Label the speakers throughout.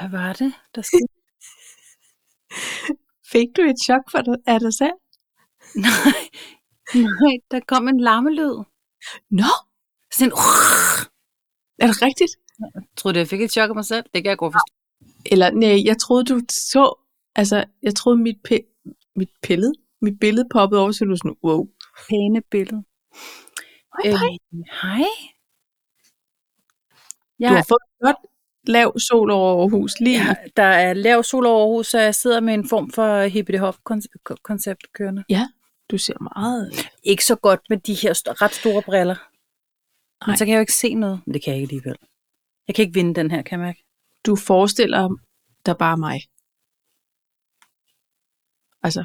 Speaker 1: Hvad var det, der skete?
Speaker 2: Fik du et chok for dig, af dig selv?
Speaker 1: Nej, nej, der kom en larmelyd.
Speaker 2: Nå,
Speaker 1: Sådan, uh,
Speaker 2: er det rigtigt?
Speaker 1: troede, du, jeg fik et chok af mig selv. Det kan jeg godt forstå.
Speaker 2: Eller nej, jeg troede, du så... Altså, jeg troede, mit, pi- mit billede, mit billede poppede over, så du sådan, wow.
Speaker 1: Pæne billede.
Speaker 2: Hej, hej.
Speaker 1: Øh, hej. Jeg,
Speaker 2: Du har fået en godt lav sol over Aarhus lige. Ja.
Speaker 1: jeg, der er lav sol over Aarhus, så jeg sidder med en form for hippie hop koncept kørende.
Speaker 2: Du ser meget...
Speaker 1: Ikke så godt med de her st- ret store briller. Men
Speaker 2: Nej.
Speaker 1: så kan jeg jo ikke se noget. Men det kan jeg ikke alligevel. Jeg kan ikke vinde den her, kan jeg mærke.
Speaker 2: Du forestiller dig bare mig. Altså.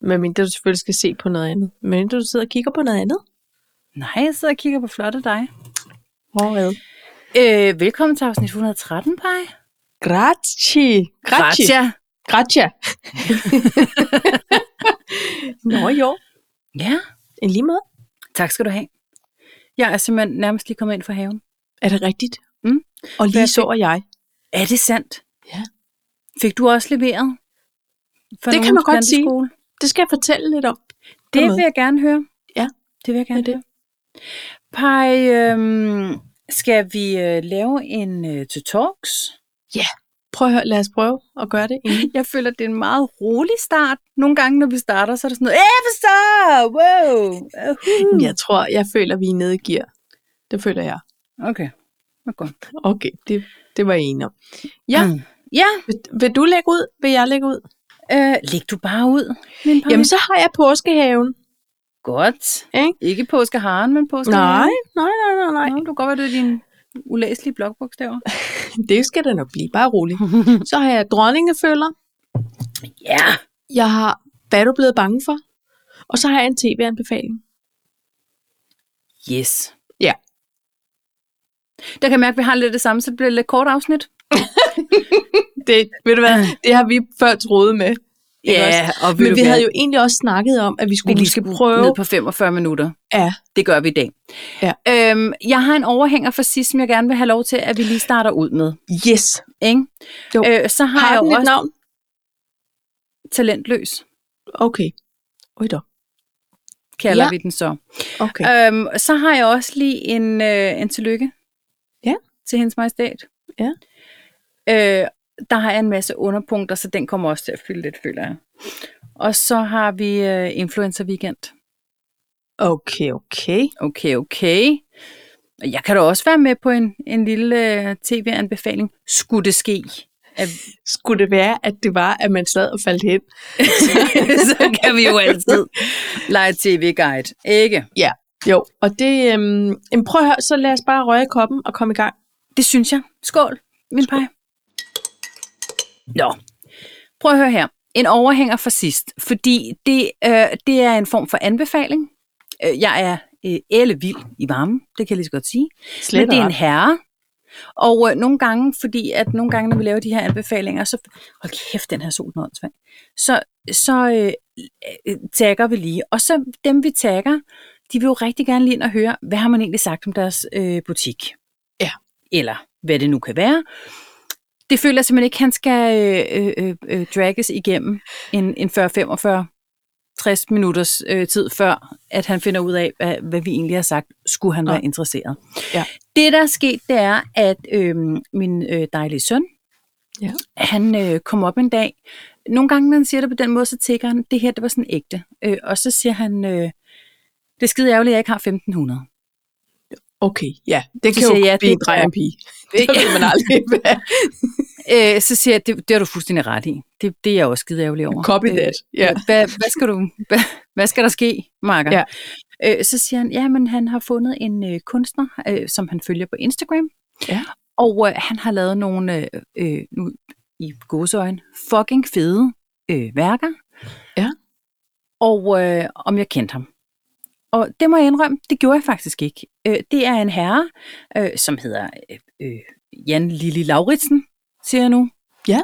Speaker 2: Men mindre du selvfølgelig skal se på noget andet. Men mindre du sidder og kigger på noget andet.
Speaker 1: Nej, jeg sidder og kigger på flotte dig.
Speaker 2: Hvorad?
Speaker 1: Øh, velkommen til afsnit 113, Paj.
Speaker 2: Grazie. Grazie. Grazie. Nå jo.
Speaker 1: Ja,
Speaker 2: En lige måde.
Speaker 1: tak skal du have. Jeg er simpelthen nærmest lige kommet ind fra haven.
Speaker 2: Er det rigtigt?
Speaker 1: Mm.
Speaker 2: Og lige
Speaker 1: Hvad
Speaker 2: så er jeg.
Speaker 1: Er det sandt?
Speaker 2: Ja.
Speaker 1: Fik du også leveret? For
Speaker 2: Det kan
Speaker 1: nogen
Speaker 2: man godt sige.
Speaker 1: planteskole?
Speaker 2: Det skal jeg fortælle lidt om. På en
Speaker 1: Det
Speaker 2: måde.
Speaker 1: vil jeg gerne høre.
Speaker 2: Ja,
Speaker 1: det vil jeg gerne
Speaker 2: det er
Speaker 1: høre. Pej, øhm, skal vi øh, lave en øh, to talks?
Speaker 2: Prøv at høre, lad os prøve at gøre det. inden-
Speaker 1: Jeg føler, det er en meget rolig start. Nogle gange, når vi starter, så er der sådan noget, Æh, hvad så? Wow! Uh,
Speaker 2: Mm. Jeg tror, jeg føler, vi er nede i gear. Det føler jeg.
Speaker 1: Okay, det er godt.
Speaker 2: Okay, det, det var jeg enig om. Ja,
Speaker 1: Mm. Ja,
Speaker 2: vil, vil du lægge ud? Vil jeg lægge ud?
Speaker 1: øh, læg du bare ud. Min
Speaker 2: Jamen, så har jeg påskehaven.
Speaker 1: Godt.
Speaker 2: Ikke?
Speaker 1: Ikke påskeharen, men påskehaven.
Speaker 2: Nej, nej, nej, nej, nej.
Speaker 1: Nå, du kan godt være, det er dine ulæselige blokbogstaver.
Speaker 2: Det skal der nok blive. Bare rolig. Så har jeg dronningefølger.
Speaker 1: ja.
Speaker 2: Jeg har, hvad er du blevet bange for? Og så har jeg en tv-anbefaling.
Speaker 1: Yes.
Speaker 2: Ja.
Speaker 1: Der kan jeg mærke, at vi har lidt det samme, så det bliver et lidt kort afsnit.
Speaker 2: Det, ved du hvad, det har vi før troet med. Ikke
Speaker 1: Ah. og
Speaker 2: Men vi havde jo egentlig også snakket om, at vi
Speaker 1: vi
Speaker 2: skulle
Speaker 1: lige
Speaker 2: måske
Speaker 1: skal prøve.
Speaker 2: prøve...
Speaker 1: ned på 45 minutter.
Speaker 2: Ja,
Speaker 1: Det gør vi i dag.
Speaker 2: Ja.
Speaker 1: Øhm, jeg har en overhænger for sidst, som jeg gerne vil have lov til, at vi lige starter ud med.
Speaker 2: yes.
Speaker 1: Ikke?
Speaker 2: Jo.
Speaker 1: Øh, så har,
Speaker 2: Har
Speaker 1: jeg
Speaker 2: den
Speaker 1: jo
Speaker 2: et
Speaker 1: også
Speaker 2: navn?
Speaker 1: talentløs,
Speaker 2: Okay. Oj da.
Speaker 1: kalder
Speaker 2: Ja.
Speaker 1: vi den så.
Speaker 2: Okay.
Speaker 1: Øhm, så har jeg også lige en, øh, en tillykke
Speaker 2: Ja.
Speaker 1: til hendes majestæt.
Speaker 2: Ja.
Speaker 1: Øh, der har jeg en masse underpunkter, så den kommer også til at fylde lidt, føler jeg. Og så har vi øh, Influencer Weekend.
Speaker 2: Okay, okay.
Speaker 1: Okay, okay. Og Jeg kan da også være med på en, en lille øh, tv-anbefaling. Skulle det ske, at,
Speaker 2: Skulle det være, at det var, at man sad og faldt hen?
Speaker 1: så kan vi jo altid lege tv-guide. Ikke?
Speaker 2: Jo, og det... Øhm, jamen prøv at høre, så lad os bare røre i koppen og komme i gang.
Speaker 1: Det synes jeg. Skål, min pej. Nå, prøv at høre her. En overhænger for sidst, fordi det, øh, det er en form for anbefaling. Øh, jeg er øh, ellevild i varmen, det kan jeg lige så godt sige.
Speaker 2: Slet
Speaker 1: Men det er en
Speaker 2: ret.
Speaker 1: herre. Og øh, nogle gange, fordi at nogle gange, når vi laver de her anbefalinger, så, hold kæft, den her sol den er åndssvag. så, så øh, øh, tagger vi lige. Og så dem, vi tagger, de vil jo rigtig gerne lige ind og høre, hvad har man egentlig sagt om deres øh, butik?
Speaker 2: Ja.
Speaker 1: Eller hvad det nu kan være. Det føler jeg simpelthen ikke, han skal øh, øh, øh, dragges igennem en, en 40, 45, 60 minutters øh, tid før, at han finder ud af, hvad, hvad vi egentlig har sagt, skulle han
Speaker 2: Nej.
Speaker 1: være interesseret.
Speaker 2: Ja.
Speaker 1: Det, der er sket, det er, at øh, min øh, dejlige søn,
Speaker 2: Ja.
Speaker 1: han øh, kom op en dag. Nogle gange, når han siger det på den måde, så tænker han, det her, det var sådan ægte. Øh, og så siger han, øh, det er skide ærgerligt, at jeg ikke har 1500.
Speaker 2: Okay, ja. Det
Speaker 1: Så
Speaker 2: kan jo
Speaker 1: siger jeg,
Speaker 2: blive
Speaker 1: det
Speaker 2: en dreng og en pige. Det ved man aldrig, hvad
Speaker 1: Øh, så siger jeg, det, det har du fuldstændig ret i. Det, det er jeg også skide ærgerlig over. Øh,
Speaker 2: Copy that. Ja.
Speaker 1: Hvad, hvad, skal du, hvad, hvad skal der ske, Marker?
Speaker 2: Ja.
Speaker 1: Øh, så siger han, ja, men han har fundet en øh, kunstner, øh, som han følger på Instagram.
Speaker 2: Ja.
Speaker 1: Og øh, han har lavet nogle, øh, øh, nu i godsøjen, fucking fede øh, værker.
Speaker 2: Ja.
Speaker 1: Og øh, om jeg kendte ham. Og det må jeg indrømme, det gjorde jeg faktisk ikke. Øh, det er en herre, øh, som hedder øh, øh, Jan Lili Lauritsen, siger jeg nu.
Speaker 2: Ja.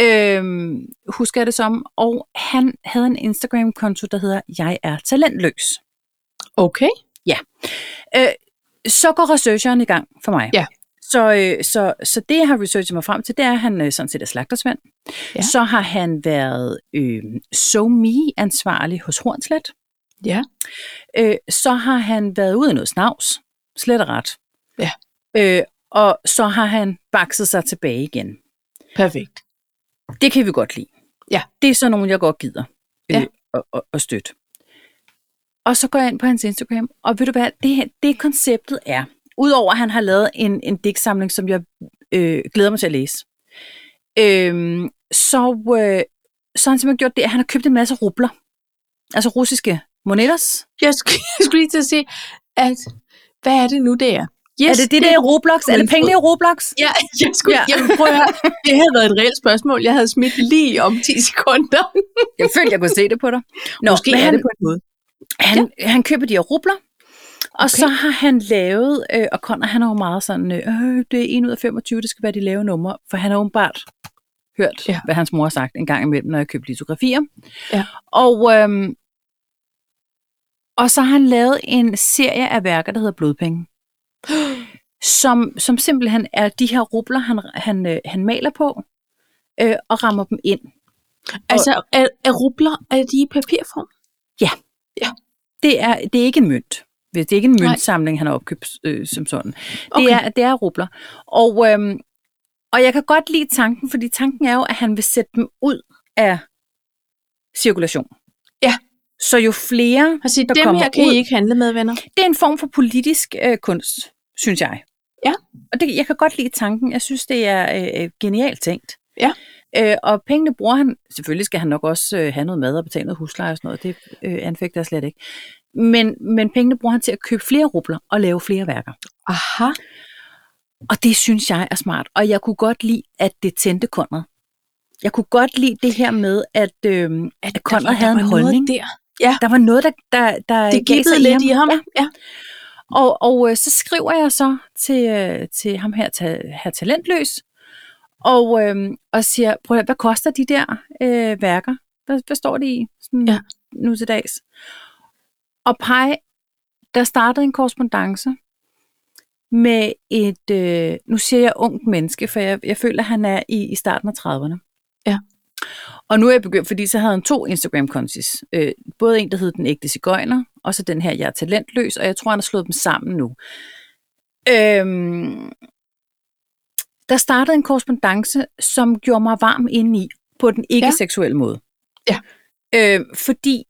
Speaker 1: Øhm, husker jeg det som. Og han havde en Instagram-konto, der hedder Jeg er talentløs.
Speaker 2: Okay.
Speaker 1: Øh, så går researcheren i gang for mig.
Speaker 2: Ja.
Speaker 1: Så, øh, så, så det, jeg har researchet mig frem til, det er, at han øh, sådan set er slagtersvend.
Speaker 2: Ja.
Speaker 1: Ja. Så har han været øh, SoMe-ansvarlig hos Hornslet.
Speaker 2: Ja.
Speaker 1: Øh, så har han været ude i noget snavs. Slet og ret.
Speaker 2: Ja.
Speaker 1: Øh, og så har han bakset sig tilbage igen.
Speaker 2: Perfekt.
Speaker 1: Det kan vi godt lide.
Speaker 2: Ja.
Speaker 1: Det er sådan nogen, jeg godt gider øh,
Speaker 2: Ja.
Speaker 1: at, at, at støtte. Og så går jeg ind på hans Instagram, og ved du hvad, det, her- det konceptet er, udover at han har lavet en, en digtsamling, som jeg øh, glæder mig til at læse, øh, så, øh, så har han simpelthen gjort det, at han har købt en masse rubler. Altså russiske monetters.
Speaker 2: Jeg skulle, jeg skulle lige til at sige, at hvad er det nu, det er? Yes,
Speaker 1: er det det, der er Roblox? Er det penge, det er Roblox?
Speaker 2: Ja, jeg skulle, ja.
Speaker 1: Ja.
Speaker 2: Jamen, prøv at høre. Det havde været et reelt spørgsmål. Jeg havde smidt lige om 10 sekunder.
Speaker 1: Jeg følte, jeg kunne se det på dig. Nå,
Speaker 2: Måske
Speaker 1: men
Speaker 2: er
Speaker 1: han,
Speaker 2: det på en måde.
Speaker 1: Han, ja. han køber de her rubler, og
Speaker 2: Okay.
Speaker 1: okay. så har han lavet, øh, og Conor han er jo meget sådan, øh, det er 1 ud af 25, det skal være de lave numre, for han har åbenbart hørt,
Speaker 2: Ja.
Speaker 1: ja. hvad hans mor har sagt en gang imellem, når jeg købte litografier.
Speaker 2: Ja.
Speaker 1: Og, øhm, og så har han lavet en serie af værker, der hedder Blodpenge, som, som simpelthen er de her rubler, han, han, øh, han maler på, øh, og rammer dem ind.
Speaker 2: Altså, er, er rubler, er de i papirform?
Speaker 1: Det er, det er ikke en mønt. Det er ikke en
Speaker 2: Nej.
Speaker 1: møntsamling, han har opkøbt øh, som sådan. Det,
Speaker 2: Okay.
Speaker 1: er, det er rubler. Og, øhm, og jeg kan godt lide tanken, fordi tanken er jo, at han vil sætte dem ud af cirkulation.
Speaker 2: Ja.
Speaker 1: Så jo flere...
Speaker 2: Altså,
Speaker 1: der
Speaker 2: dem
Speaker 1: kommer
Speaker 2: her kan
Speaker 1: ud.
Speaker 2: I ikke handle med, venner.
Speaker 1: Det er en form for politisk øh, kunst, synes jeg.
Speaker 2: Ja.
Speaker 1: Og det, jeg kan godt lide tanken. Jeg synes, det er øh, genialt tænkt.
Speaker 2: Ja.
Speaker 1: Øh, og pengene bruger han... Selvfølgelig skal han nok også øh, have noget mad og betale noget husleje og sådan noget. Det øh, anfægter jeg slet ikke. Men, men pengene bruger han til at købe flere rubler og lave flere værker.
Speaker 2: Aha.
Speaker 1: Og det synes jeg er smart. Og jeg kunne godt lide, at det tændte Conrad. Jeg kunne godt lide det her med, at, øhm, at Conrad havde en holdning. Det,
Speaker 2: Der.
Speaker 1: der var noget, der, der, der gav
Speaker 2: Det
Speaker 1: sig
Speaker 2: gikkede lidt i ham.
Speaker 1: Ja.
Speaker 2: ja.
Speaker 1: Og, og øh, så skriver jeg så til, øh, til ham her, ta, her talentløs, og, øh, og siger, prøv at, høre, hvad koster de der øh, værker? Hvad, hvad står det i sådan
Speaker 2: Ja.
Speaker 1: ja. nu til dags? Og pej, der startede en korrespondence med et, øh, nu siger jeg ungt menneske, for jeg, jeg føler, at han er i, i starten af 30'erne.
Speaker 2: Ja.
Speaker 1: Og nu er jeg begyndt, fordi så havde han to Instagram-kontis. Øh, både en, der hed Den Ægte Cigøjner, og så den her, Jeg er talentløs, og jeg tror, han har slået dem sammen nu. Øhm, der startede en korrespondence, som gjorde mig varm indeni, på den ikke-seksuelle måde.
Speaker 2: Ja.
Speaker 1: Øh, fordi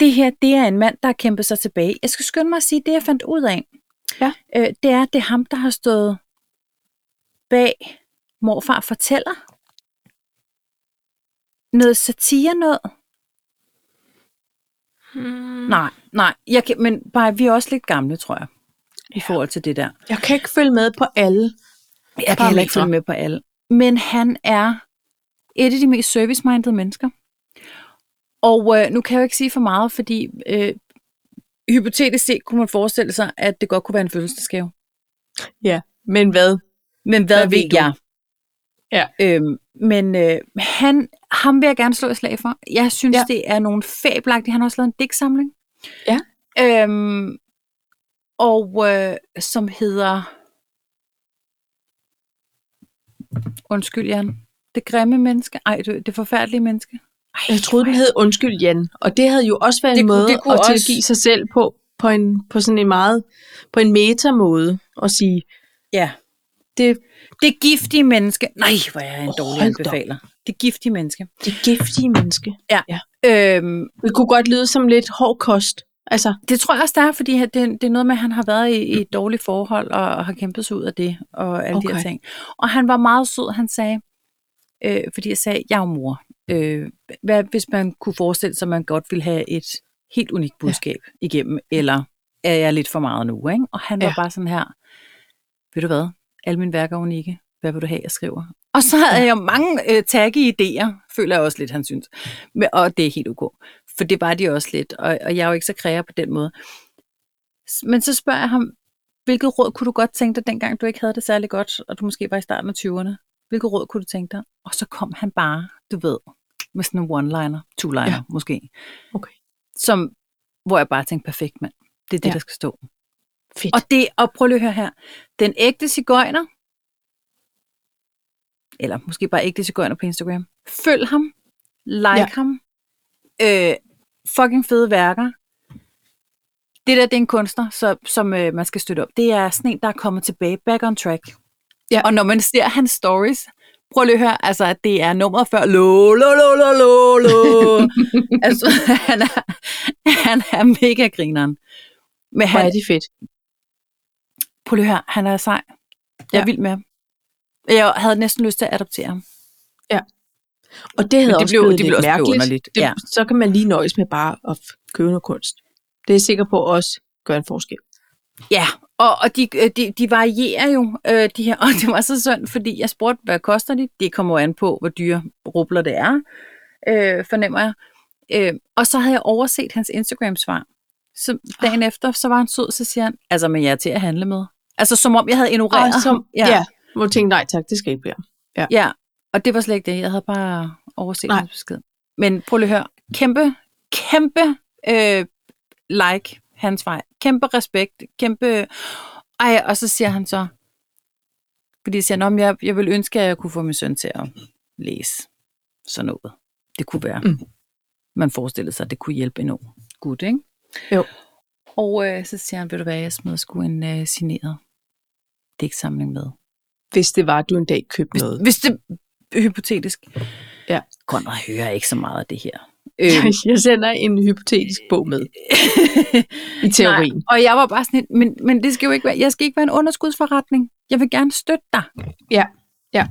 Speaker 1: det her, det er en mand, der har kæmpet sig tilbage. Jeg skal skynde mig at sige, det jeg fandt ud af,
Speaker 2: Ja.
Speaker 1: øh, det er, at det er ham, der har stået bag Morfar fortæller. Noget satire noget.
Speaker 2: Hmm.
Speaker 1: Mm. Nej, nej. Jeg kan, men bare, vi er også lidt gamle, tror jeg, i
Speaker 2: Ja.
Speaker 1: forhold til det der.
Speaker 2: Jeg kan ikke følge med på alle.
Speaker 1: Jeg kan heller ikke
Speaker 2: Parametre.
Speaker 1: følge med på alle. Men han er et af de mest service-minded mennesker. Og øh, nu kan jeg jo ikke sige for meget, fordi øh, hypotetisk set kunne man forestille sig, at det godt kunne være en fødselsdagsgave.
Speaker 2: Men hvad?
Speaker 1: Men hvad,
Speaker 2: Hvad
Speaker 1: hvad
Speaker 2: ved
Speaker 1: ved
Speaker 2: du?
Speaker 1: jeg?
Speaker 2: Ja.
Speaker 1: Øhm, men øh, han, ham vil jeg gerne slå et slag for. Jeg synes,
Speaker 2: Ja.
Speaker 1: ja. det er nogle fabelagtige. Han har også lavet en digtsamling.
Speaker 2: Ja.
Speaker 1: Øhm, og øh, som hedder... Undskyld, Jan. Det grimme menneske. Ej, det, det forfærdelige menneske. Ej,
Speaker 2: Jeg troede, den hed Undskyld, Jan. Og det havde jo også været
Speaker 1: Det
Speaker 2: en
Speaker 1: kunne-
Speaker 2: måde
Speaker 1: det kunne
Speaker 2: at
Speaker 1: også-
Speaker 2: tilgive sig selv på, på, en, på sådan en meget, på en meta-måde at sige,
Speaker 1: Ja.
Speaker 2: det,
Speaker 1: Det giftige menneske. Nej, hvor er jeg en dårlig
Speaker 2: Hold da op.
Speaker 1: anbefaler. Det giftige menneske.
Speaker 2: det giftige menneske.
Speaker 1: Øhm,
Speaker 2: Det kunne godt lyde som lidt hård kost. Altså,
Speaker 1: Det tror jeg også, der er, fordi han- det, det er noget med, at han har været i, i et dårligt forhold og, og har kæmpet sig ud af det og alle okay. de
Speaker 2: Okay.
Speaker 1: her ting. Og han var meget sød, han sagde, øh, fordi jeg sagde, jeg er jo mor. Øh, hvad hvis man kunne forestille sig, at man godt ville have et helt unikt budskab ja. igennem, eller er jeg lidt for meget nu? Ikke? Og han var
Speaker 2: Ja.
Speaker 1: bare sådan her, ved du hvad, alle mine værker er unikke, hvad vil du have, jeg skriver? Og så havde jeg jo mange øh, tagge idéer, føler jeg også lidt, han synes. Men, og det er helt ok. For det var de også lidt, og, og jeg er jo ikke så kreativ på den måde. S- Men så spørger jeg ham, hvilket råd kunne du godt tænke dig, dengang du ikke havde det særlig godt, og du måske var i starten af 20'erne? Hvilket råd kunne du tænke dig? Og så kom han bare, du ved, med sådan en one-liner, two-liner
Speaker 2: Ja.
Speaker 1: ja. måske,
Speaker 2: okay,
Speaker 1: som, hvor jeg bare tænkte, perfekt mand, det er det,
Speaker 2: Ja.
Speaker 1: ja. der skal stå.
Speaker 2: fedt.
Speaker 1: Og det, og prøv lige at høre her, den ægte cigøjner, eller måske bare ikke det til på Instagram. Følg ham, like ja.
Speaker 2: Ja.
Speaker 1: ham, øh, fucking fede værker. Det der, det er en kunstner, så, som øh, man skal støtte op. Det er sådan en, der er kommet tilbage, back on track.
Speaker 2: Ja.
Speaker 1: Og når man ser hans stories, prøv lige at høre, altså, at det er nummeret før, lo, lo, lo, lo, lo, lo. altså, han er, han er mega grineren. Men
Speaker 2: Hvor
Speaker 1: han,
Speaker 2: er det fedt.
Speaker 1: prøv lige at høre, han er sej. Jeg er ja.
Speaker 2: Ja.
Speaker 1: vild med ham. Jeg havde næsten lyst til at adoptere ham.
Speaker 2: Og det havde
Speaker 1: det
Speaker 2: også
Speaker 1: blev-
Speaker 2: blevet
Speaker 1: det
Speaker 2: lidt
Speaker 1: blev også blevet
Speaker 2: mærkeligt.
Speaker 1: underligt,
Speaker 2: Det,
Speaker 1: ja.
Speaker 2: Så kan man lige nøjes med bare at f- købe noget kunst. Det er jeg sikker på også gør en forskel.
Speaker 1: Ja, og, og de, øh, de, de varierer jo, øh, de her, og det var så synd, fordi jeg spurgte, hvad koster de? Det kommer jo an på, hvor dyre rubler det er, øh, fornemmer jeg. Øh, og så havde jeg overset hans Instagram-svar. Så dagen efter, så var han sød, så siger han, altså, men jeg er til at handle med. Altså, som om jeg havde ignoreret
Speaker 2: Og som,
Speaker 1: ham.
Speaker 2: ja. ja. Hvor jeg tænkte, nej tak, det skal ikke blive.
Speaker 1: ja, og det var slet ikke det. Jeg havde bare overset
Speaker 2: Nej.
Speaker 1: hans besked. Men prøv lige at høre. Kæmpe, kæmpe øh, like hans vej. Kæmpe respekt. Kæmpe... Ej, og så siger han så... Fordi jeg siger, Nå, men jeg, jeg vil ønske, at jeg kunne få min søn til at læse sådan noget. Det kunne være. Mm.
Speaker 2: Mm.
Speaker 1: Man forestillede sig, at det kunne hjælpe en ung gut, ikke?
Speaker 2: Jo.
Speaker 1: Og øh, så siger han, ved du hvad, jeg smed sgu en øh, signeret digtsamling med.
Speaker 2: Hvis det var, at du en dag købte noget.
Speaker 1: Hvis det er hypotetisk.
Speaker 2: Ja.
Speaker 1: Conrad hører ikke så meget af det her. Øhm.
Speaker 2: Jeg sender en hypotetisk bog med i teorien.
Speaker 1: Nej, og jeg var bare sådan, lidt, men, men det skal jo ikke være, jeg skal ikke være en underskudsforretning. Jeg vil gerne støtte dig.
Speaker 2: Ja, ja.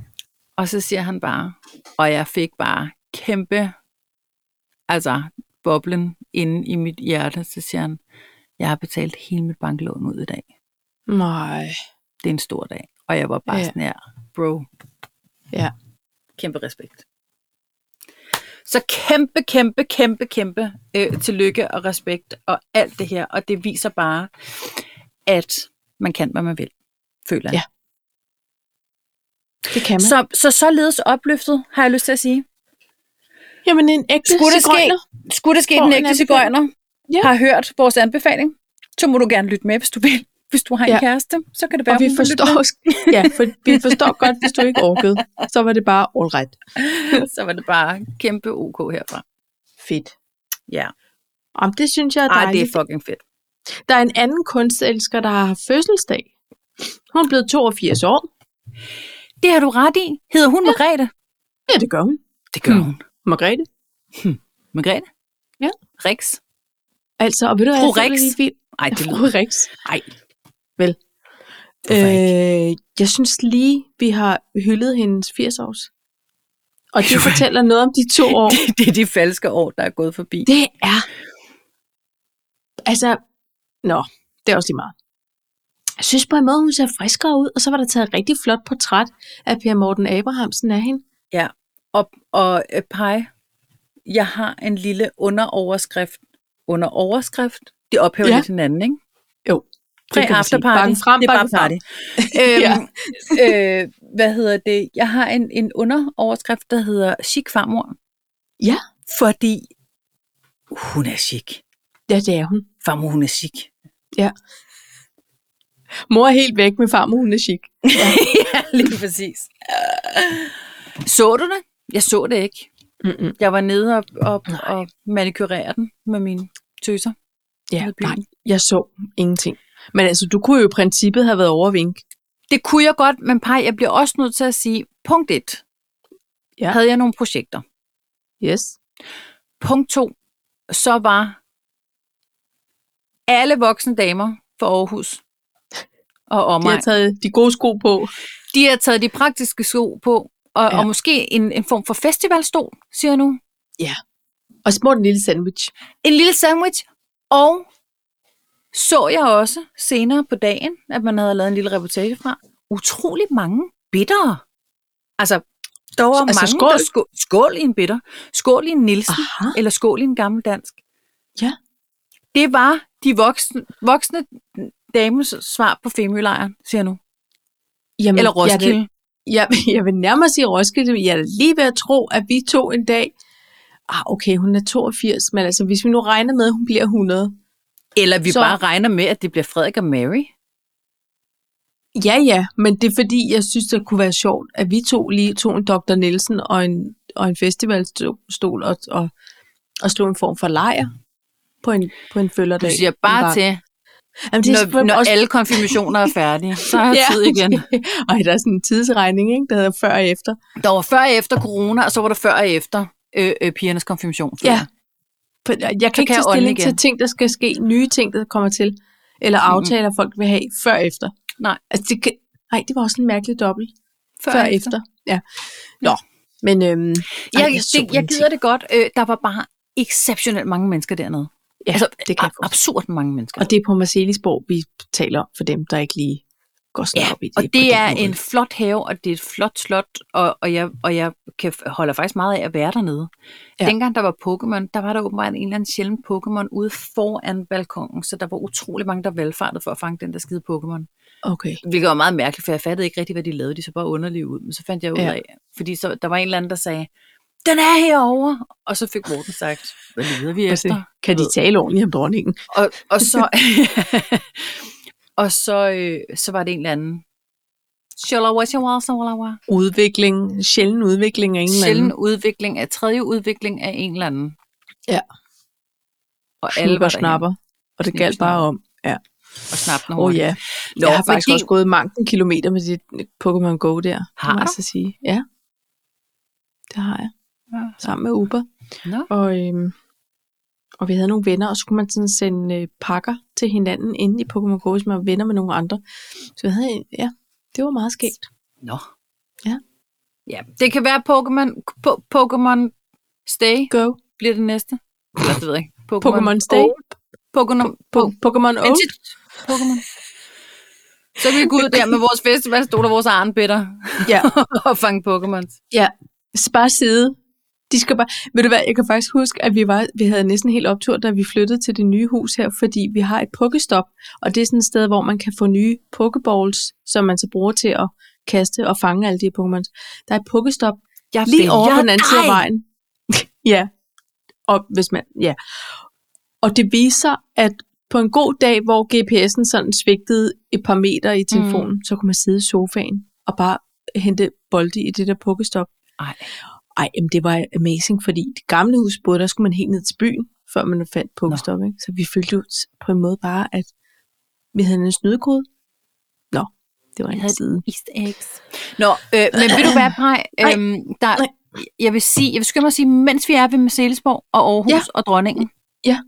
Speaker 1: Og så siger han bare, og jeg fik bare kæmpe, altså boblen inde i mit hjerte, så siger han, jeg har betalt hele mit banklån ud i dag.
Speaker 2: Nej.
Speaker 1: Det er en stor dag. Og jeg var bare ja.
Speaker 2: Ja.
Speaker 1: sådan her, bro,
Speaker 2: Ja.
Speaker 1: kæmpe respekt. Så kæmpe, kæmpe, kæmpe, kæmpe øh, tillykke og respekt og alt det her. Og det viser bare, at man kan, hvad man vil, føler jeg.
Speaker 2: Ja, Det kan man. Så,
Speaker 1: så, så således opløftet, har jeg lyst til at sige.
Speaker 2: Jamen en ægte
Speaker 1: Skulle det ske?
Speaker 2: sigøjner.
Speaker 1: Skulle det ske,
Speaker 2: Får
Speaker 1: den
Speaker 2: en
Speaker 1: ægte
Speaker 2: anbefaling.
Speaker 1: cigøjner
Speaker 2: Ja.
Speaker 1: har hørt vores anbefaling, så må du gerne lytte med, hvis du vil. Hvis du har en
Speaker 2: Ja.
Speaker 1: kæreste, så kan det være,
Speaker 2: Og vi
Speaker 1: hun vil lytte
Speaker 2: forstår, ja, for, vi forstår godt, hvis du ikke orkede. Så var det bare all right.
Speaker 1: med. Så var det bare kæmpe ok herfra.
Speaker 2: Fedt.
Speaker 1: Ja,
Speaker 2: Jamen, det synes jeg er
Speaker 1: Ej, det
Speaker 2: dejligt.
Speaker 1: er fucking fedt.
Speaker 2: Der er en anden kunstelsker, der har haft fødselsdag. Hun er blevet 82 år.
Speaker 1: Det har du ret i. Hedder hun Margrethe?
Speaker 2: Ja, det gør hun.
Speaker 1: Det
Speaker 2: gør
Speaker 1: hun.
Speaker 2: Margrethe.
Speaker 1: Margrethe?
Speaker 2: Hmm. Ja.
Speaker 1: Rex?
Speaker 2: Altså, og ved du hvad?
Speaker 1: Fru
Speaker 2: jeg føler
Speaker 1: Rex.
Speaker 2: lige, vi-
Speaker 1: Ej,
Speaker 2: Ja,
Speaker 1: det
Speaker 2: Fru
Speaker 1: lyder...
Speaker 2: Rex.
Speaker 1: Ej.
Speaker 2: Vel.
Speaker 1: Hvorfor
Speaker 2: Øh, jeg synes lige, vi har hyldet hendes 80-års. Og det
Speaker 1: Jo.
Speaker 2: fortæller noget om de to år.
Speaker 1: Det, det er de falske år, der er gået forbi.
Speaker 2: Det er... Altså... Nå, det er også lige meget. Jeg synes på en måde, hun ser friskere ud, og så var der taget et rigtig flot portræt af Per Morten Abrahamsen af hende.
Speaker 1: Og, og øh, Pai, jeg har en lille underoverskrift. Underoverskrift? Det ophæver
Speaker 2: Ja.
Speaker 1: lidt hinanden, ikke?
Speaker 2: Jo, det kan man sige.
Speaker 1: Pre-afterparty.
Speaker 2: Bakken frem,
Speaker 1: det er bare
Speaker 2: bakken frem.
Speaker 1: party. øhm, øh, hvad hedder det? Jeg har en, en underoverskrift, der hedder chic farmor.
Speaker 2: Ja.
Speaker 1: Fordi hun er chic.
Speaker 2: Ja, det er hun.
Speaker 1: Farmor, hun er chic.
Speaker 2: Mor er helt væk med farmor, hun er chic.
Speaker 1: ja, lige præcis. Så du det? Jeg så det ikke.
Speaker 2: Mm-mm.
Speaker 1: Jeg var nede og, og,
Speaker 2: Nej.
Speaker 1: og manikyrerede den med mine tøser.
Speaker 2: Ja,
Speaker 1: Med byen.
Speaker 2: nej, jeg så ingenting. Men altså, du kunne jo i princippet have været overvink.
Speaker 1: Det kunne jeg godt, men pej, jeg bliver også nødt til at sige, punkt 1, ja.
Speaker 2: Ja.
Speaker 1: havde jeg nogle projekter.
Speaker 2: Yes.
Speaker 1: Punkt 2, så var alle voksne damer fra Aarhus og
Speaker 2: De har
Speaker 1: omegn.
Speaker 2: taget de gode sko på.
Speaker 1: De har taget de praktiske sko på, og, ja.
Speaker 2: Ja.
Speaker 1: og måske en, en form for festivalstol, siger jeg nu.
Speaker 2: Og små den lille sandwich.
Speaker 1: En lille sandwich, og så jeg også senere på dagen, at man havde lavet en lille reportage fra, utrolig mange bittere. Altså, der var altså,
Speaker 2: Altså,
Speaker 1: mange, skål.
Speaker 2: skål.
Speaker 1: der skål, Ah. skål i en bitter, skål i en Nielsen,
Speaker 2: Aha.
Speaker 1: eller skål i en gammel dansk.
Speaker 2: Ja.
Speaker 1: Det var de voksne, voksne dames svar på Femølejren, siger jeg nu.
Speaker 2: Jamen,
Speaker 1: Eller
Speaker 2: Jeg,
Speaker 1: Roskilde.
Speaker 2: vil- jeg, jeg vil nærmere sige Roskilde. men Jeg er lige ved at tro, at vi to en dag... Ah, okay, hun er 82, men altså, hvis vi nu regner med, at hun bliver 100.
Speaker 1: Eller vi så...
Speaker 2: Så-
Speaker 1: bare regner med, at det bliver Frederik og Mary.
Speaker 2: Ja, ja, men det er fordi, jeg synes, det kunne være sjovt, at vi to lige tog en Dr. Nielsen og en, og en festivalstol og, og, og slog en form for lejr på en, på en
Speaker 1: Du
Speaker 2: følgerdag.
Speaker 1: siger bare til,
Speaker 2: Jamen, det er
Speaker 1: når,
Speaker 2: selvfølgelig
Speaker 1: når
Speaker 2: også-
Speaker 1: alle konfirmationer er færdige, så er jeg tid igen.
Speaker 2: Ej, der er sådan en tidsregning, ikke? der hedder før og efter.
Speaker 1: Der var før og efter corona, og så var der før og efter øh, øh, pigernes konfirmation.
Speaker 2: Ja. For Jeg jeg kan
Speaker 1: Så kan
Speaker 2: ikke tage
Speaker 1: jeg ånde
Speaker 2: stilling til
Speaker 1: igen.
Speaker 2: ting, der skal ske, nye ting, der kommer til, eller aftaler, mm. folk vil have før og efter.
Speaker 1: Nej.
Speaker 2: Altså, det kan... Ej, det var også en mærkelig dobbelt. Før, og efter. Ja. Nå, men... Øhm,
Speaker 1: Jeg,
Speaker 2: ej, så
Speaker 1: det, jeg
Speaker 2: ingenting.
Speaker 1: gider det godt. Øh, der var bare exceptionelt mange mennesker dernede.
Speaker 2: Ja,
Speaker 1: altså,
Speaker 2: det kan jeg forstå.
Speaker 1: absurd mange mennesker.
Speaker 2: Og det er på Marcelisborg, vi taler om for dem, der ikke lige går sådan
Speaker 1: Ja,
Speaker 2: op i det.
Speaker 1: og
Speaker 2: på den
Speaker 1: det er
Speaker 2: måde.
Speaker 1: en flot have, og det er et flot slot, og, og, jeg, og jeg kan, holder faktisk meget af at være dernede.
Speaker 2: Ja.
Speaker 1: Ja. Dengang der var Pokémon, der var der åbenbart en eller anden sjælden Pokémon ude foran balkongen, så der var utrolig mange, der valgfartede for at fange den der skide Pokémon.
Speaker 2: Okay.
Speaker 1: Hvilket var meget mærkeligt, for jeg fattede ikke rigtig, hvad de lavede. De så bare underlige ud, men så fandt jeg ud
Speaker 2: Ja.
Speaker 1: af, fordi så, der var en eller anden, der sagde, den er herovre, og så fik Morten sagt, hvad leder vi
Speaker 2: Altså,
Speaker 1: efter?
Speaker 2: kan de tale ordentligt om dronningen?
Speaker 1: Og, og så, og så, øh, så var det en eller anden, Shalawa, shalawa, shalawa.
Speaker 2: Udvikling, sjælden udvikling af en eller anden.
Speaker 1: Sjælden udvikling af tredje udvikling af en eller anden.
Speaker 2: Ja.
Speaker 1: Og alle var derhenne,
Speaker 2: snapper, og det galt bare om. Ja.
Speaker 1: og snappede
Speaker 2: Åh oh, ja, Nå, jeg har faktisk
Speaker 1: fordi-
Speaker 2: også gået manken kilometer med dit Pokémon Go der.
Speaker 1: Har
Speaker 2: det må jeg
Speaker 1: du?
Speaker 2: så sige. Ja, det har jeg. Sammen med Uber.
Speaker 1: Nå.
Speaker 2: Og, øhm, og vi havde nogle venner, og så kunne man sådan sende øh, pakker til hinanden inde i Pokémon Go, hvis man var venner med nogle andre. Så jeg havde, en- ja, det var meget skægt.
Speaker 1: Nå.
Speaker 2: Ja.
Speaker 1: Ja, det kan være Pokémon, po- Pokémon Stay
Speaker 2: Go.
Speaker 1: bliver det næste. Eller det ved jeg ikke.
Speaker 2: Pokémon Stay.
Speaker 1: Old. Pokémon
Speaker 2: Po- Pokémon
Speaker 1: Men
Speaker 2: Old.
Speaker 1: tit- Pokémon. Så kan vi gå ud der med vores festivalstol og vores armbitter
Speaker 2: Ja.
Speaker 1: og fange Pokémon.
Speaker 2: Ja, så bare sidde. De skal bare, ved du hvad, jeg kan faktisk huske, at vi, var, vi havde næsten helt optur, da vi flyttede til det nye hus her, fordi vi har et pukkestop, og det er sådan et sted, hvor man kan få nye pokeballs, som man så bruger til at kaste og fange alle de her Pokémon. Der er et pukkestop
Speaker 1: Jeg
Speaker 2: lige over på den anden side af
Speaker 1: vejen.
Speaker 2: vejen. ja. Og hvis man, ja. Og det viser, at på en god dag, hvor GPS'en sådan svigtede et par meter i telefonen, mm. så kunne man sidde i sofaen og bare hente bolde i det der pukkestop.
Speaker 1: Ej.
Speaker 2: Ej, jamen det var amazing, fordi det gamle hus både, der skulle man helt ned til byen, før man fandt pukkestop, ikke? Så vi følte jo s- på en måde bare, at vi havde en snydekode. Nå, det var en
Speaker 1: havde
Speaker 2: side.
Speaker 1: Easter eggs. Nå, øh, men ved du hvad, Paj?
Speaker 2: Nej.
Speaker 1: Øhm, der,
Speaker 2: Nej.
Speaker 1: jeg vil sige, jeg vil skynde mig at sige, mens vi er ved Marcellesborg og Aarhus
Speaker 2: Ja.
Speaker 1: ja. og dronningen,
Speaker 2: Ja.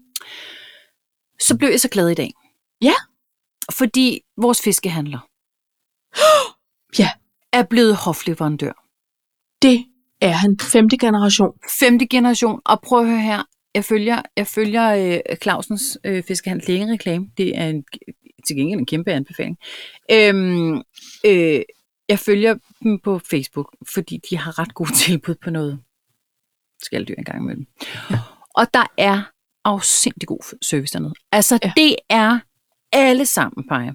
Speaker 1: så blev jeg så glad i dag.
Speaker 2: Ja.
Speaker 1: Fordi vores fiskehandler
Speaker 2: Ja.
Speaker 1: er blevet hofleverandør.
Speaker 2: Det er han. Femte generation.
Speaker 1: Femte generation, og prøv at høre her, jeg følger, jeg følger øh, Clausens øh, fiskehandel, det er ikke en reklame, det er en, til gengæld en kæmpe anbefaling. Øhm, øh, jeg følger dem på Facebook, fordi de har ret gode tilbud på noget skaldyr en gang imellem. Ja. Og der er afsindig god service dernede. Altså,
Speaker 2: Ja.
Speaker 1: ja. det er alle sammen, Paja.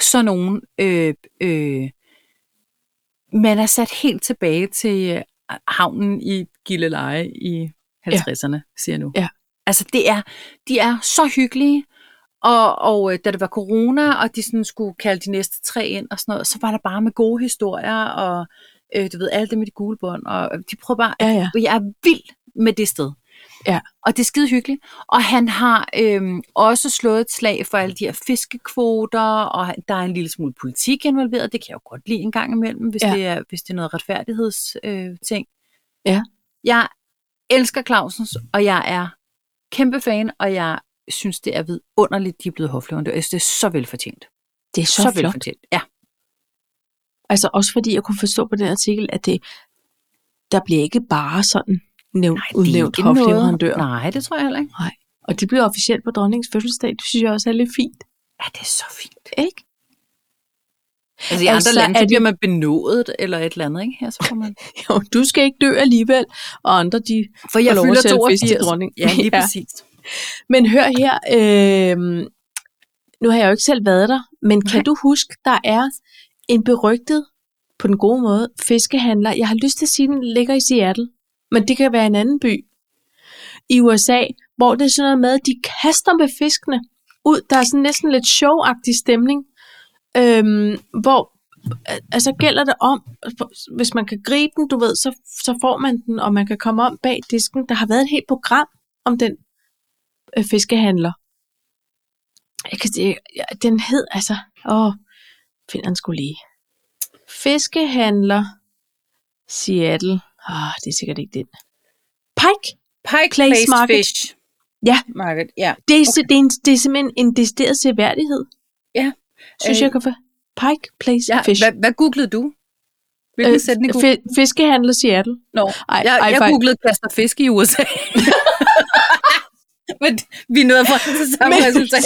Speaker 1: Så nogen, øh, øh, man er sat helt tilbage til øh, havnen i Gilleleje i 50'erne, ja. siger jeg nu.
Speaker 2: Ja.
Speaker 1: Altså, det er, de er så hyggelige, og, og øh, da det var corona, og de sådan skulle kalde de næste tre ind og sådan noget, så var der bare med gode historier, og øh, du ved, alt det med de gule bånd, og øh, de prøver bare,
Speaker 2: Ja, ja.
Speaker 1: jeg er vild med det sted.
Speaker 2: Ja.
Speaker 1: Og det er skide hyggeligt. Og han har øhm, også slået et slag for alle de her fiskekvoter, og han- der er en lille smule politik involveret. Det kan jeg jo godt lide en gang imellem, hvis,
Speaker 2: Ja.
Speaker 1: ja. det, er, hvis det er noget retfærdighedsting. Øh, ting.
Speaker 2: Ja.
Speaker 1: Jeg elsker Clausens, og jeg er kæmpe fan, og jeg synes, det er vidunderligt, de er blevet hofleverandør. Jeg synes, det er så velfortjent.
Speaker 2: Det er så, så flot.
Speaker 1: velfortjent. Ja.
Speaker 2: Altså også fordi jeg kunne forstå på den artikel, at det, der bliver ikke bare sådan nævnt, Nej, udnævnt
Speaker 1: ikke noget-
Speaker 2: hofleverandør.
Speaker 1: Nej, det tror jeg heller ikke.
Speaker 2: Og det bliver officielt på dronningens fødselsdag. Det synes jeg også er lidt fint,
Speaker 1: Ja, det er så fint.
Speaker 2: ikke?
Speaker 1: Altså i andre
Speaker 2: Altså,
Speaker 1: altså, lande,
Speaker 2: er
Speaker 1: så
Speaker 2: det-
Speaker 1: bliver man benådet eller et eller andet, ikke? Her, så får man...
Speaker 2: Jo, du skal ikke dø alligevel, og andre de...
Speaker 1: For
Speaker 2: jeg fylder 82.
Speaker 1: Ja, lige
Speaker 2: Ja.
Speaker 1: præcis.
Speaker 2: Men hør her, øh, nu har jeg jo ikke selv været der, men kan
Speaker 1: Nej.
Speaker 2: du huske, der er en berygtet, på den gode måde, fiskehandler. Jeg har lyst til at sige, den ligger i Seattle, men det kan være en anden by i USA, hvor det er sådan noget med, at de kaster med fiskene ud. Der er sådan næsten lidt showagtig stemning. øhm, hvor al- altså gælder det om, hvis man kan gribe den, du ved, så, så får man den, og man kan komme om bag disken. Der har været et helt program om den øh, fiskehandler. Jeg kan sige, ja, den hed altså, åh, finder den skulle lige. Fiskehandler Seattle. Åh, det er sikkert ikke den. Pike.
Speaker 1: Pike
Speaker 2: Place
Speaker 1: Place
Speaker 2: Market.
Speaker 1: Fish.
Speaker 2: Ja.
Speaker 1: Market, ja.
Speaker 2: Det er, okay. det, er en, det er simpelthen en decideret seværdighed.
Speaker 1: Ja.
Speaker 2: Synes
Speaker 1: Øh,
Speaker 2: øh, jeg kan få. Pike Place
Speaker 1: ja
Speaker 2: ja, Fish.
Speaker 1: Hvad, hvad googlede du? Hvilken øh, sætning googlede
Speaker 2: fi- fiskehandler Seattle.
Speaker 1: Nå,
Speaker 2: Ej,
Speaker 1: jeg,
Speaker 2: ej,
Speaker 1: jeg
Speaker 2: fejl.
Speaker 1: googlede kaster fisk i USA. Men vi nåede frem til samme
Speaker 2: Men-
Speaker 1: resultat.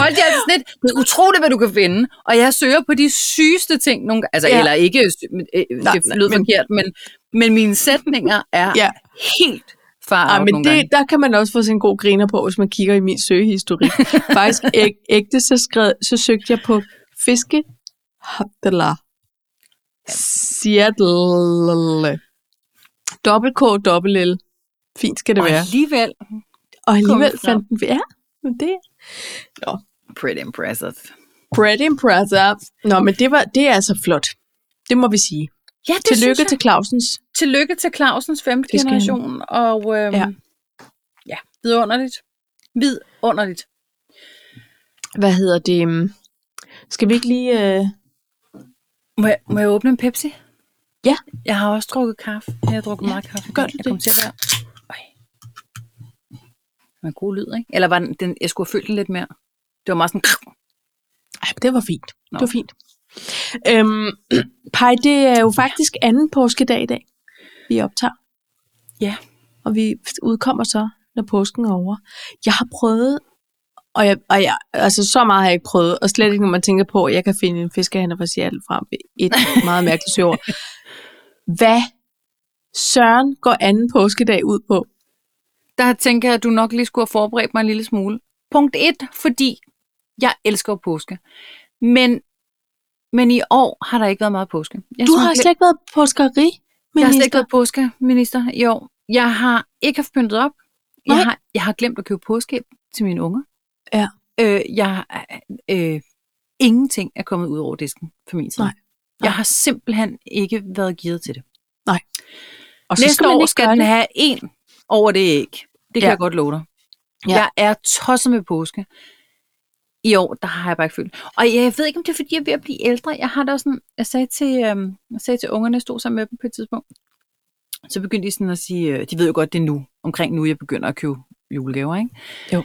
Speaker 1: Folk de er altså sådan lidt, det er utroligt, hvad du kan finde. Og jeg søger på de sygeste ting nogle gange. Altså,
Speaker 2: Ja.
Speaker 1: ja. eller ikke, sy- men, øh,
Speaker 2: Nej,
Speaker 1: det
Speaker 2: nej,
Speaker 1: lyder
Speaker 2: men-
Speaker 1: forkert, men, men mine sætninger er
Speaker 2: Ja.
Speaker 1: ja. helt far
Speaker 2: Ej,
Speaker 1: out
Speaker 2: Ah, men
Speaker 1: nogle
Speaker 2: det,
Speaker 1: gange.
Speaker 2: der kan man også få sin god griner på, hvis man kigger i min søgehistorik. Faktisk æg, ægte, så, skred, så søgte jeg på fiske Hatla. Seattle. Dobbelt K, dobbelt L. Fint skal det
Speaker 1: Og
Speaker 2: være.
Speaker 1: alligevel,
Speaker 2: Og alligevel
Speaker 1: kommet frem.
Speaker 2: fandt den... Ja, men det
Speaker 1: pretty impressive.
Speaker 2: Pretty impressive. Nå, men det, var, det er altså flot. Det må vi sige.
Speaker 1: Ja, det synes
Speaker 2: Tillykke
Speaker 1: jeg.
Speaker 2: til Clausens.
Speaker 1: Tillykke til Clausens femte
Speaker 2: Det skal han.
Speaker 1: generation. Og øhm,
Speaker 2: Ja.
Speaker 1: ja. ja, vidunderligt. Vidunderligt.
Speaker 2: Hvad hedder det? øhm, Skal vi ikke lige... Øh...
Speaker 1: Må jeg, må jeg åbne en Pepsi?
Speaker 2: Ja.
Speaker 1: Jeg har også drukket kaffe. Jeg har drukket ja, meget kaffe. i
Speaker 2: gør
Speaker 1: dag.
Speaker 2: du
Speaker 1: jeg
Speaker 2: det?
Speaker 1: kom til at være... Øj. Det var en god lyd, ikke? Eller var den, den... Jeg skulle have fyldt den lidt mere. Det var meget sådan...
Speaker 2: Ej, det var fint. Nå.
Speaker 1: Nå.
Speaker 2: Det var fint. Øhm, Pej, det er jo faktisk anden påskedag i dag, vi optager.
Speaker 1: Ja.
Speaker 2: Og vi udkommer så, når påsken er over. Jeg har prøvet, og, jeg, og jeg, altså så meget har jeg ikke prøvet, og slet ikke, når man tænker på, at jeg kan finde en fiskehandler fra Seattle frem ved et meget mærkeligt sjovt. Hvad søren går anden påskedag ud på?
Speaker 1: Der tænker jeg, at du nok lige skulle have forberedt mig en lille smule. Punkt 1, fordi jeg elsker jo påske. Men, men i år har der ikke været meget påske. Jeg
Speaker 2: Du
Speaker 1: synes,
Speaker 2: har
Speaker 1: det-
Speaker 2: slet ikke været påskeri,
Speaker 1: Altså, Jeg har slet ikke
Speaker 2: minister.
Speaker 1: været påskeminister i år. Jeg har ikke haft pyntet op.
Speaker 2: Nej.
Speaker 1: Jeg har, jeg har glemt at købe påske til mine unger.
Speaker 2: Ja.
Speaker 1: Øh, jeg, øh, ingenting er kommet ud over disken for min side.
Speaker 2: Nej.
Speaker 1: Jeg har simpelthen ikke været givet til det.
Speaker 2: Og
Speaker 1: Og Næste
Speaker 2: man
Speaker 1: år
Speaker 2: ikke
Speaker 1: skal
Speaker 2: gøre
Speaker 1: den
Speaker 2: det.
Speaker 1: have en over det æg. Det kan
Speaker 2: Ja.
Speaker 1: ja. jeg godt love dig.
Speaker 2: Ja.
Speaker 1: Ja. Jeg er tosset med påske. I år, der har jeg bare ikke følt. Og jeg ved ikke, om det er, fordi jeg er ved at blive ældre. Jeg har da også sådan, jeg sagde til, øhm, jeg sagde til ungerne, jeg stod sammen med dem på et tidspunkt. Så begyndte de sådan at sige, øh, de ved jo godt, det er nu, omkring nu, jeg begynder at købe julegaver, ikke?
Speaker 2: Jo.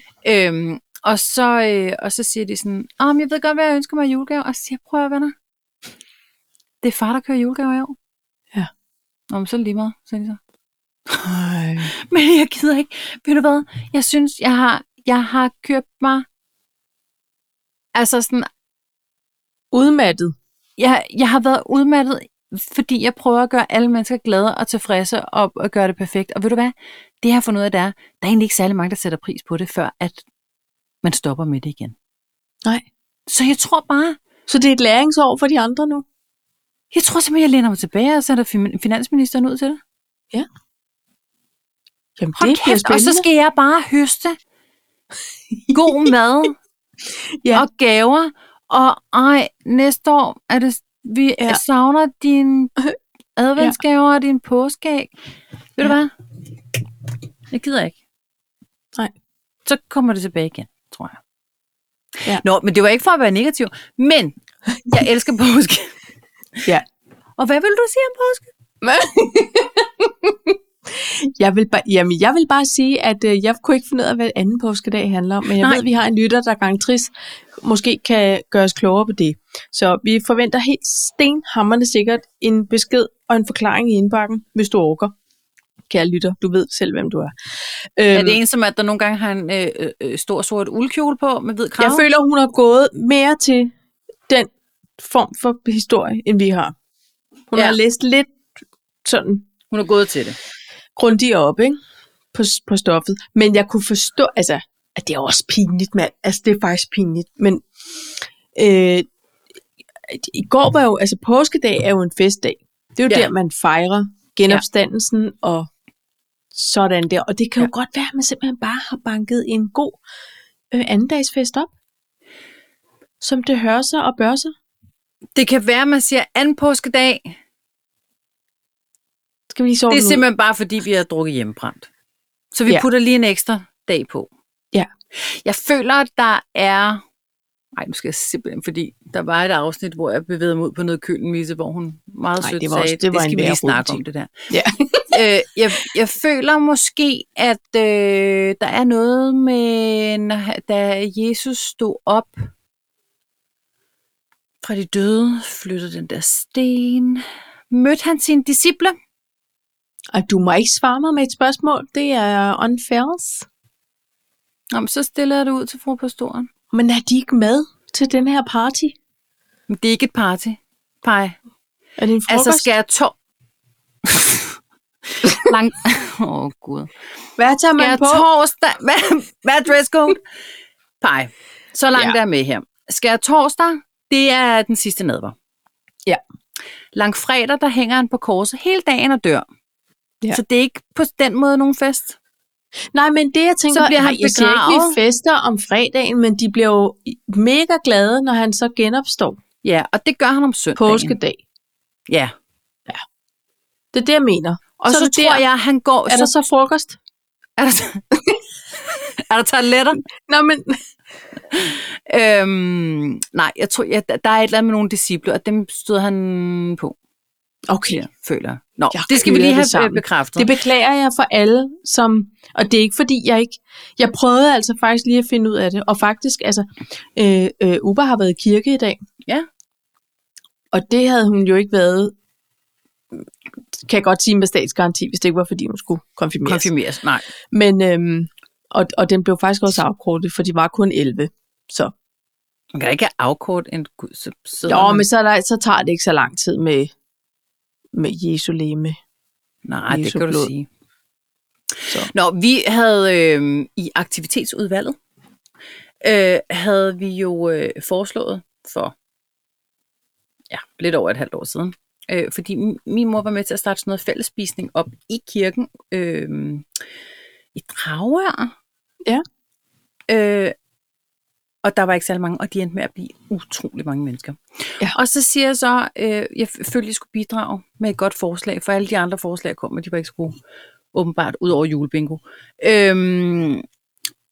Speaker 1: Øhm, og, så, øh, og så siger de sådan, Åh, men jeg ved godt, hvad jeg ønsker mig i julegave. Og så siger jeg, prøv at høre, venner. Det er far, der kører julegaver i år.
Speaker 2: Ja.
Speaker 1: Nå, men så er det lige meget, sagde de så.
Speaker 2: Ej.
Speaker 1: Men jeg gider ikke. Ved du hvad? Jeg synes, jeg har, jeg har købt mig... Altså sådan,
Speaker 2: Udmattet.
Speaker 1: jeg, jeg har været udmattet, fordi jeg prøver at gøre alle mennesker glade og tilfredse og, og gøre det perfekt. Og ved du hvad? Det jeg har fundet ud af, det er, der er egentlig ikke særlig mange, der sætter pris på det, før at man stopper med det igen.
Speaker 2: Nej.
Speaker 1: Så jeg tror bare,
Speaker 2: Så det er et læringsår for de andre nu?
Speaker 1: jeg tror simpelthen, jeg læner mig tilbage og sender fin- finansministeren ud til det.
Speaker 2: Jamen,
Speaker 1: Hold det kæft, og så skal jeg bare høste god mad
Speaker 2: Ja.
Speaker 1: ja. og gaver. Og ej, næste år er det, vi
Speaker 2: Ja.
Speaker 1: ja. savner din adventsgaver og din påskeæg. Ved du
Speaker 2: Ja.
Speaker 1: hvad? Jeg gider ikke.
Speaker 2: Nej.
Speaker 1: Så kommer det tilbage igen, tror jeg.
Speaker 2: Ja.
Speaker 1: Nå, men det var ikke for at være negativ. Men jeg elsker påske.
Speaker 2: Ja.
Speaker 1: Og hvad vil du sige om påske?
Speaker 2: jeg, vil bare, jamen, jeg vil bare sige, at øh, jeg kunne ikke finde ud af, hvad anden påskedag handler om, men jeg Nej.
Speaker 1: Nej.
Speaker 2: ved, at vi har en lytter, der er gangtris, måske kan gøre os klogere på det. Så vi forventer helt stenhammerne sikkert en besked og en forklaring i indbakken, hvis du orker. Kære lytter, du ved selv, hvem du er.
Speaker 1: Er
Speaker 2: Øhm,
Speaker 1: det ensomt, at der nogle gange har en øh, øh, øh, stor sort uldkjole på med hvid krave?
Speaker 2: jeg føler, hun har gået mere til den form for historie, end vi har. Hun ja.
Speaker 1: Ja.
Speaker 2: har læst lidt sådan
Speaker 1: Hun er gået til det.
Speaker 2: grundigere op, ikke? På, på stoffet. Men jeg kunne forstå, altså, at det er også pinligt, mand. Altså, det er faktisk pinligt. Men øh, i går var jo, altså påskedag er jo en festdag. Det er jo ja.
Speaker 1: Ja.
Speaker 2: der, man fejrer genopstandelsen ja. og sådan der. Og det kan ja. jo godt være, at man simpelthen bare har banket en god øh, andendagsfest op. som det hører sig og bør sig.
Speaker 1: Det kan være, man siger anden påskedag.
Speaker 2: Skal vi lige sove
Speaker 1: Det er
Speaker 2: den ud?
Speaker 1: simpelthen bare, fordi vi har drukket hjemmebrændt. Så vi
Speaker 2: Ja.
Speaker 1: ja. putter lige en ekstra dag på.
Speaker 2: Ja.
Speaker 1: Jeg føler, at der er... Nej, nu skal jeg simpelthen, fordi der var et afsnit, hvor jeg bevægede mig ud på noget kølenmisse, hvor hun meget
Speaker 2: Nej,
Speaker 1: sødt
Speaker 2: det var
Speaker 1: sagde,
Speaker 2: også- det var
Speaker 1: det
Speaker 2: en
Speaker 1: skal vi
Speaker 2: værre
Speaker 1: lige snakke om
Speaker 2: rodebutik."
Speaker 1: det der.
Speaker 2: Ja.
Speaker 1: øh, jeg, jeg føler måske, at øh, der er noget med, når- da Jesus stod op fra de døde, flyttede den der sten. Mødte han sine disciple?
Speaker 2: Og du må ikke svare mig med et spørgsmål. Det er unfair.
Speaker 1: Nå, men så stiller jeg det ud til fru pastoren.
Speaker 2: Men er de ikke med til den her party?
Speaker 1: Men det er ikke et party. Pej.
Speaker 2: Er det en frokost?
Speaker 1: Altså skal jeg to... Lang... Åh, oh, Gud.
Speaker 2: Hvad tager
Speaker 1: Skal
Speaker 2: man
Speaker 1: jeg
Speaker 2: på?
Speaker 1: torsdag... Hvad, hvad er dresscode? Pej. Så langt
Speaker 2: Ja.
Speaker 1: ja. er jeg med her. Skal jeg torsdag? Det er den sidste nadver.
Speaker 2: Ja.
Speaker 1: Langfredag, der hænger han på korset hele dagen og dør.
Speaker 2: Ja.
Speaker 1: Ja. Så det er ikke på den måde nogen fest.
Speaker 2: Nej, men det jeg tænker,
Speaker 1: Så bliver han
Speaker 2: nej, jeg siger ikke, vi
Speaker 1: begravet.
Speaker 2: fester om fredagen, men de bliver jo mega glade, når han så genopstår
Speaker 1: Ja, og det gør han om søndagen.
Speaker 2: påskedag.
Speaker 1: Ja.
Speaker 2: Det er det, jeg mener.
Speaker 1: Og så, så
Speaker 2: der,
Speaker 1: tror jeg, at han går...
Speaker 2: er der
Speaker 1: så,
Speaker 2: så frokost?
Speaker 1: er der, er der toiletter?
Speaker 2: Nå, men
Speaker 1: Øhm, nej, jeg tror, jeg, der der er et eller andet med nogle disciple, og dem stod han på,
Speaker 2: okay.
Speaker 1: ja. føler jeg. Nå,
Speaker 2: Jeg
Speaker 1: jeg det skal vi
Speaker 2: kører
Speaker 1: lige
Speaker 2: det
Speaker 1: have
Speaker 2: sammen.
Speaker 1: sammen. bekræftet.
Speaker 2: Det beklager jeg for alle, som, og det er ikke fordi, jeg ikke... Jeg prøvede altså faktisk lige at finde ud af det, og faktisk, altså, øh, øh, Uber har været i kirke i dag.
Speaker 1: Ja.
Speaker 2: Og det havde hun jo ikke været, kan jeg godt sige med statsgaranti, hvis det ikke var, fordi hun skulle konfirmeres.
Speaker 1: konfirmeres. Nej.
Speaker 2: Men, øhm, og, og den blev faktisk også afkortet, for de var kun 11. Så.
Speaker 1: Man kan da ikke have afkort en gud, så sidder
Speaker 2: Jo,
Speaker 1: man-
Speaker 2: men så, er der, så tager det ikke så lang tid med, med Jesu leme.
Speaker 1: Nej, det
Speaker 2: Jesu
Speaker 1: kan du
Speaker 2: blod.
Speaker 1: sige.
Speaker 2: Så.
Speaker 1: Nå, vi havde øh, i aktivitetsudvalget, øh, havde vi jo øh, foreslået for ja, lidt over et halvt år siden, øh, fordi min- min mor var med til at starte sådan noget fællesspisning op i kirken øh, i Dragør.
Speaker 2: Ja.
Speaker 1: Øh, og der var ikke særlig mange, og de endte med at blive utrolig mange mennesker.
Speaker 2: Ja.
Speaker 1: Og så siger jeg så, øh, jeg følte, jeg skulle bidrage med et godt forslag, for alle de andre forslag kom, og de var ikke så gode, åbenbart, ud over julebingo. Øhm,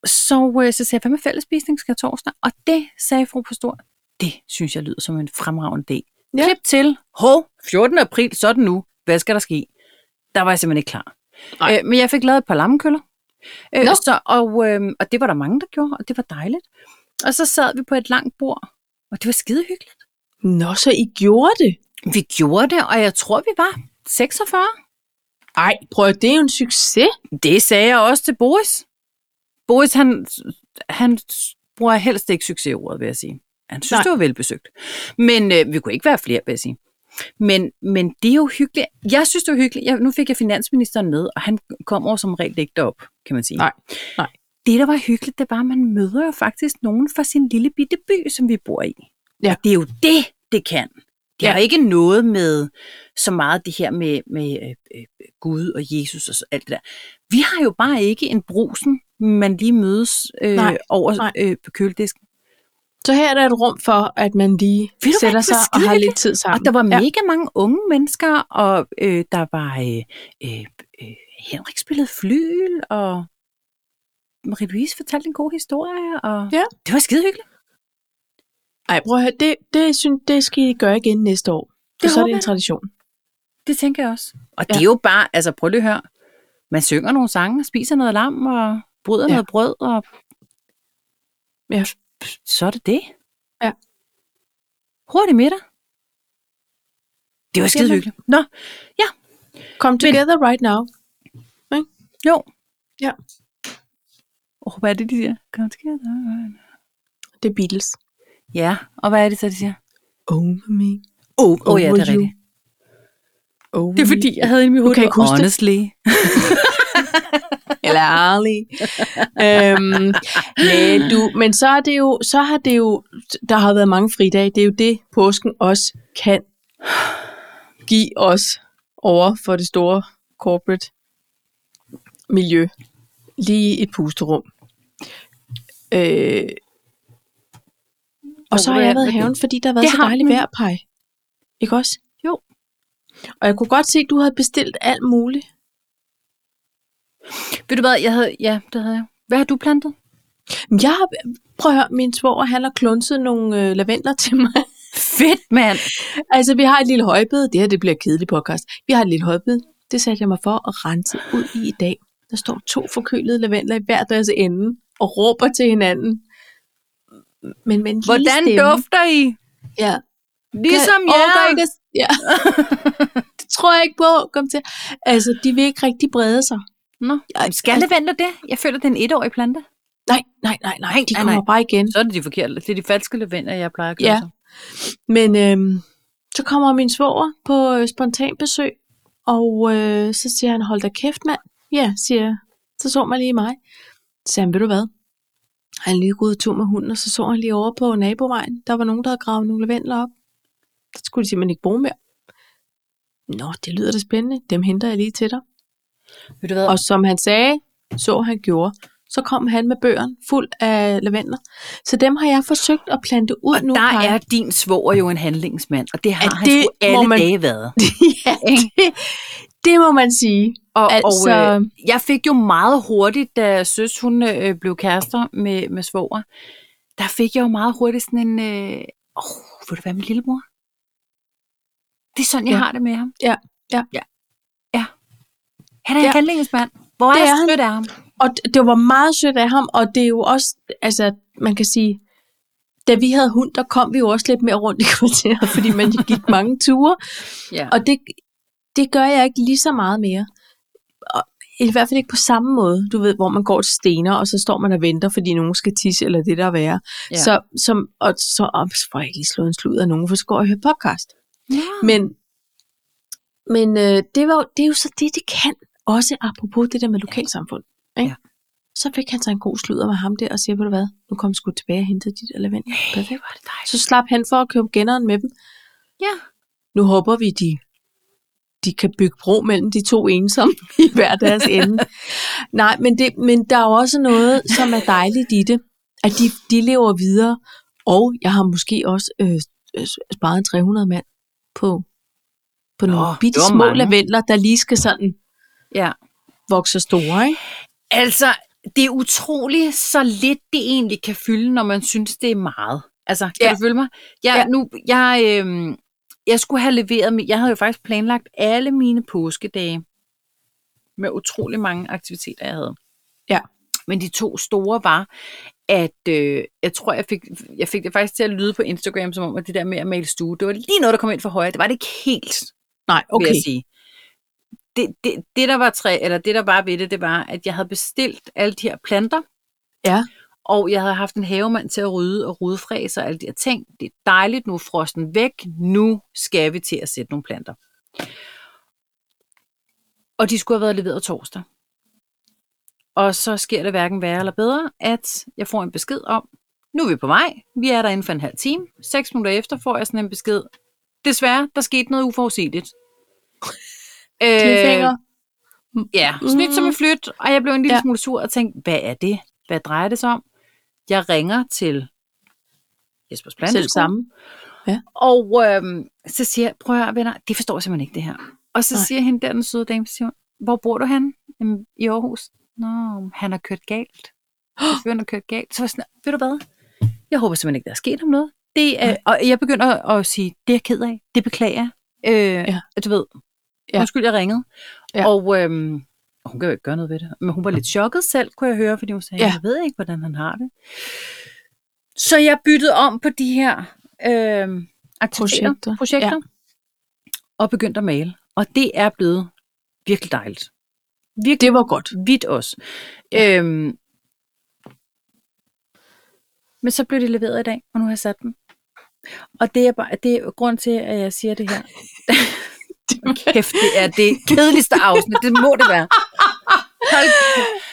Speaker 1: så, øh, så sagde jeg, hvad med fællesspisning skal jeg torsdag? Og det sagde fru Pastor, det synes jeg lyder som en fremragende idé.
Speaker 2: Ja.
Speaker 1: Ja. Klip til, hov, 14. april, så er det nu, hvad skal der ske? Der var jeg simpelthen ikke klar.
Speaker 2: Nej.
Speaker 1: Øh, men jeg fik lavet et par lammekøller, øh,
Speaker 2: Nå.
Speaker 1: så, og, øh, og det var der mange, der gjorde, og det var dejligt. Og så sad vi på et langt bord, og det var skide hyggeligt.
Speaker 2: Nå, så I gjorde det?
Speaker 1: Vi gjorde det, og jeg tror, vi var 46.
Speaker 2: Ej, prøv at- det er jo en succes.
Speaker 1: Det sagde jeg også til Boris. Boris, han, han bruger helst ikke succesordet, vil jeg sige. Han synes,
Speaker 2: Nej.
Speaker 1: Nej. det var velbesøgt. Men øh, vi kunne ikke være flere, vil jeg sige. Men, men det er jo hyggeligt. Jeg synes, det er hyggeligt. Jeg, nu fik jeg finansministeren med, og han kommer jo som regel ikke derop, kan man sige.
Speaker 2: Nej, nej.
Speaker 1: Det, der var hyggeligt, det var, at man møder jo faktisk nogen fra sin lille bitte by, som vi bor i.
Speaker 2: Ja.
Speaker 1: Og det er jo det, det kan. Det
Speaker 2: Ja.
Speaker 1: ja. har ikke noget med så meget det her med, med øh, øh, Gud og Jesus og så, alt det der. Vi har jo bare ikke en brusen, man lige mødes øh,
Speaker 2: Nej,
Speaker 1: over
Speaker 2: nej.
Speaker 1: Øh, på køledisken.
Speaker 2: Så her er der et rum for, at man lige
Speaker 1: Ved du hvad,
Speaker 2: sætter
Speaker 1: det var
Speaker 2: sig og har
Speaker 1: skidehyggeligt.
Speaker 2: lidt tid sammen.
Speaker 1: Og der var
Speaker 2: ja.
Speaker 1: mega mange unge mennesker, og øh, der var øh, øh, øh, Henrik spillede flyl, og Marie-Louise fortalte en god historie, og
Speaker 2: Ja.
Speaker 1: det var skide hyggeligt.
Speaker 2: Ej, prøv at høre, det, det, synes, det skal I gøre igen næste år. Det
Speaker 1: Det
Speaker 2: så er det
Speaker 1: håber
Speaker 2: en
Speaker 1: jeg.
Speaker 2: tradition.
Speaker 1: Det tænker jeg også. Og
Speaker 2: Ja.
Speaker 1: det er jo bare, altså prøv lige at høre, man synger nogle sange, spiser noget lam, og bryder
Speaker 2: Ja.
Speaker 1: ja. noget brød, og
Speaker 2: Ja.
Speaker 1: så er det det.
Speaker 2: Ja.
Speaker 1: Hurtig middag. Det var skide
Speaker 2: Jamen.
Speaker 1: hyggeligt. Nå,
Speaker 2: Come together right now.
Speaker 1: jo.
Speaker 2: Ja.
Speaker 1: Oh, hvad er det, de siger? Come together.
Speaker 2: Det er Beatles.
Speaker 1: Ja, og hvad er det så, de siger? Oh,
Speaker 2: Over me.
Speaker 1: Åh, oh, oh, ja, det
Speaker 2: Over
Speaker 1: er
Speaker 2: you.
Speaker 1: rigtigt.
Speaker 2: Over
Speaker 1: Det er
Speaker 2: me.
Speaker 1: fordi, jeg havde inde i mit hoved.
Speaker 2: kan ikke huske det.
Speaker 1: Honestly.
Speaker 2: eller ærlig. øhm, men, du, men så er det jo, så har det jo, der har været mange fridage, det er jo det, påsken også kan give os over for det store corporate miljø. Lige et pusterum. Øh, Og så har jeg været i haven, fordi der har været
Speaker 1: Det
Speaker 2: så
Speaker 1: har
Speaker 2: dejligt
Speaker 1: den.
Speaker 2: vejr, Paj. Ikke også?
Speaker 1: Jo.
Speaker 2: Og jeg kunne godt se, at du havde bestilt alt muligt.
Speaker 1: Ved du hvad, jeg havde, ja, det havde jeg. Hvad har du plantet?
Speaker 2: Men Jeg har, prøv at høre, min svoger, han har klunset nogle øh, lavendler til mig.
Speaker 1: Fedt, mand!
Speaker 2: altså, vi har et lille højbed. Det her, det bliver et kedeligt podcast. Vi har et lille højbed. Det satte jeg mig for at rense ud i i dag. Der står to forkølede lavendler i hver deres ende og råber til hinanden. Men, men
Speaker 1: Hvordan dufter I?
Speaker 2: Ja.
Speaker 1: Ligesom
Speaker 2: Kan-
Speaker 1: jer.
Speaker 2: orker Ikke at, ja. det tror jeg ikke på. Kom til. Altså, de vil ikke rigtig brede sig.
Speaker 1: Nå.
Speaker 2: Jeg,
Speaker 1: Skal det vente det? Jeg føler, det er en etårig plante.
Speaker 2: Nej, nej, nej, nej. De
Speaker 1: nej,
Speaker 2: kommer
Speaker 1: nej.
Speaker 2: bare igen.
Speaker 1: Så er det de forkerte. Det er de falske lavendler, jeg plejer at
Speaker 2: Ja.
Speaker 1: gøre.
Speaker 2: Men øhm, så kommer min svoger på øh, spontan besøg, og øh, så siger han, hold da kæft, mand. Ja, siger jeg. Så så man lige mig. Så siger han, ved du hvad? Han er lige gået tur med hunden, og så så han lige over på nabovejen. Der var nogen, der havde gravet nogle lavendler op. Det skulle de simpelthen ikke bruge mere. Nå, det lyder da spændende. Dem henter jeg lige til dig.
Speaker 1: Ved du hvad?
Speaker 2: Og som han sagde, så han gjorde, så kom han med bøgeren fuld af lavendler. Så dem har jeg forsøgt at plante ud nu.
Speaker 1: Der
Speaker 2: Kaja.
Speaker 1: er din svoger jo en handlingsmand, og det har
Speaker 2: Ja,
Speaker 1: han
Speaker 2: det
Speaker 1: sgu
Speaker 2: må
Speaker 1: alle
Speaker 2: man-
Speaker 1: dage været.
Speaker 2: ja, det, det må man sige.
Speaker 1: Og, altså...
Speaker 2: Altså-
Speaker 1: og øh, jeg fik jo meget hurtigt, da søs hun øh, blev kærester med, med svoger, der fik jeg jo meget hurtigt sådan en, øh, oh, vil du være min lillemor? Det er sådan, jeg
Speaker 2: Ja.
Speaker 1: har det med ham.
Speaker 2: Ja, ja.
Speaker 1: ja. ja. Han er ja.
Speaker 2: Ja.
Speaker 1: en handlingsmand. Hvor er
Speaker 2: Det
Speaker 1: det
Speaker 2: er han.
Speaker 1: sødt af ham?
Speaker 2: Og d- det var meget sødt af ham, og det er jo også, altså man kan sige, da vi havde hund, der kom vi jo også lidt mere rundt i kvarteret, fordi man gik mange ture,
Speaker 1: Ja.
Speaker 2: og det, det gør jeg ikke lige så meget mere. Og I hvert fald ikke på samme måde, du ved, hvor man går til stener, og så står man og venter, fordi nogen skal tisse, eller det der er værre.
Speaker 1: Ja.
Speaker 2: Ja. Så, som, og så, oh, så får jeg ikke lige slået en slud af nogen, for så går jeg og hører podcast.
Speaker 1: ja.
Speaker 2: Men, men øh, det, var, jo- det er jo så det, det kan. Også apropos det der med lokalsamfund.
Speaker 1: Ja.
Speaker 2: Ikke? Ja. Så fik han sig en god sludder med ham der og siger, ved du hvad, nu kom jeg sgu tilbage og hentede dit element.
Speaker 1: Perfekt. Var det dejligt.
Speaker 2: Så slap han for at købe genneren med dem.
Speaker 1: Ja.
Speaker 2: Nu håber vi, de, de kan bygge bro mellem de to ensomme i hver deres ende. Nej, men, det, men der er jo også noget, som er dejligt i det, at de, de lever videre, og jeg har måske også øh, øh, sparet en 300 mand på, på
Speaker 1: Nå,
Speaker 2: Nå, nogle
Speaker 1: det
Speaker 2: bitte
Speaker 1: var
Speaker 2: små
Speaker 1: mange.
Speaker 2: lavendler, der lige skal sådan
Speaker 1: ja.
Speaker 2: vokse sig store, ikke?
Speaker 1: Altså, det er utroligt, så lidt det egentlig kan fylde, når man synes, det er meget. Altså, kan ja.
Speaker 2: Ja.
Speaker 1: du følge mig? Jeg, ja.
Speaker 2: Ja.
Speaker 1: nu, jeg, øhm, jeg skulle have leveret, mi- jeg havde jo faktisk planlagt alle mine påskedage med utrolig mange aktiviteter, jeg havde.
Speaker 2: Ja.
Speaker 1: Men de to store var, at øh, jeg tror, jeg fik, jeg fik det faktisk til at lyde på Instagram, som om, at det der med at male stue, det var lige noget, der kom ind for højre. Det var det ikke helt,
Speaker 2: Nej,
Speaker 1: okay. vil
Speaker 2: okay.
Speaker 1: jeg sige. Det, det, det, der var træ, eller det, der var ved det, det var, at jeg havde bestilt alle de her planter,
Speaker 2: Ja.
Speaker 1: og jeg havde haft en havemand til at rydde og rodfræse og alle de her ting. Det er dejligt, nu er frosten væk. Nu skal vi til at sætte nogle planter. Og de skulle have været leveret torsdag. Og så sker det hverken værre eller bedre, at jeg får en besked om, nu er vi på vej, vi er der inden for en halv time. Seks minutter efter får jeg sådan en besked, desværre, der skete noget uforudsigeligt. Øh,
Speaker 2: Cliffhanger.
Speaker 1: Ja, snydt Mm-hmm. som en flyt, og jeg blev en lille ja.
Speaker 2: Ja.
Speaker 1: smule sur og tænkte, hvad er det? Hvad drejer det sig om? Jeg ringer til Jespers Planteskole.
Speaker 2: Selv samme.
Speaker 1: Og øhm, så siger jeg, prøv at høre, venner, det forstår jeg simpelthen ikke det her. Og så Nej.
Speaker 2: Nej.
Speaker 1: siger hende der, den søde dame, så siger hun, hvor bor du henne? Jamen, I Aarhus. Nå, han har kørt galt. Han har kørt galt. Så var jeg sådan, ved du hvad? Jeg håber simpelthen ikke, der er sket ham noget. Det er, og jeg begynder at, at sige, det er jeg ked af. Det beklager jeg. Øh,
Speaker 2: Ja.
Speaker 1: Du ved,
Speaker 2: Ja.
Speaker 1: undskyld, jeg ringede.
Speaker 2: Ja.
Speaker 1: Og øhm, og hun kan jo ikke gøre noget ved det. Men hun var lidt chokket selv, kunne jeg høre, fordi hun sagde,
Speaker 2: Ja.
Speaker 1: ja. jeg ved ikke, hvordan han har det. Så jeg byttede om på de her øh, aktiviteter,
Speaker 2: Projekter.
Speaker 1: projekter ja. og begyndte at male. Og det er blevet virkelig dejligt. Virkelig
Speaker 2: Det var godt.
Speaker 1: vidt også. Ja. Øhm, men så blev det leveret i dag, og nu har jeg sat dem. Og det er, bare, det er grund til, at jeg siger det her. Kæft, det er det kedeligste afsnit. Det må det være. Hold kæft.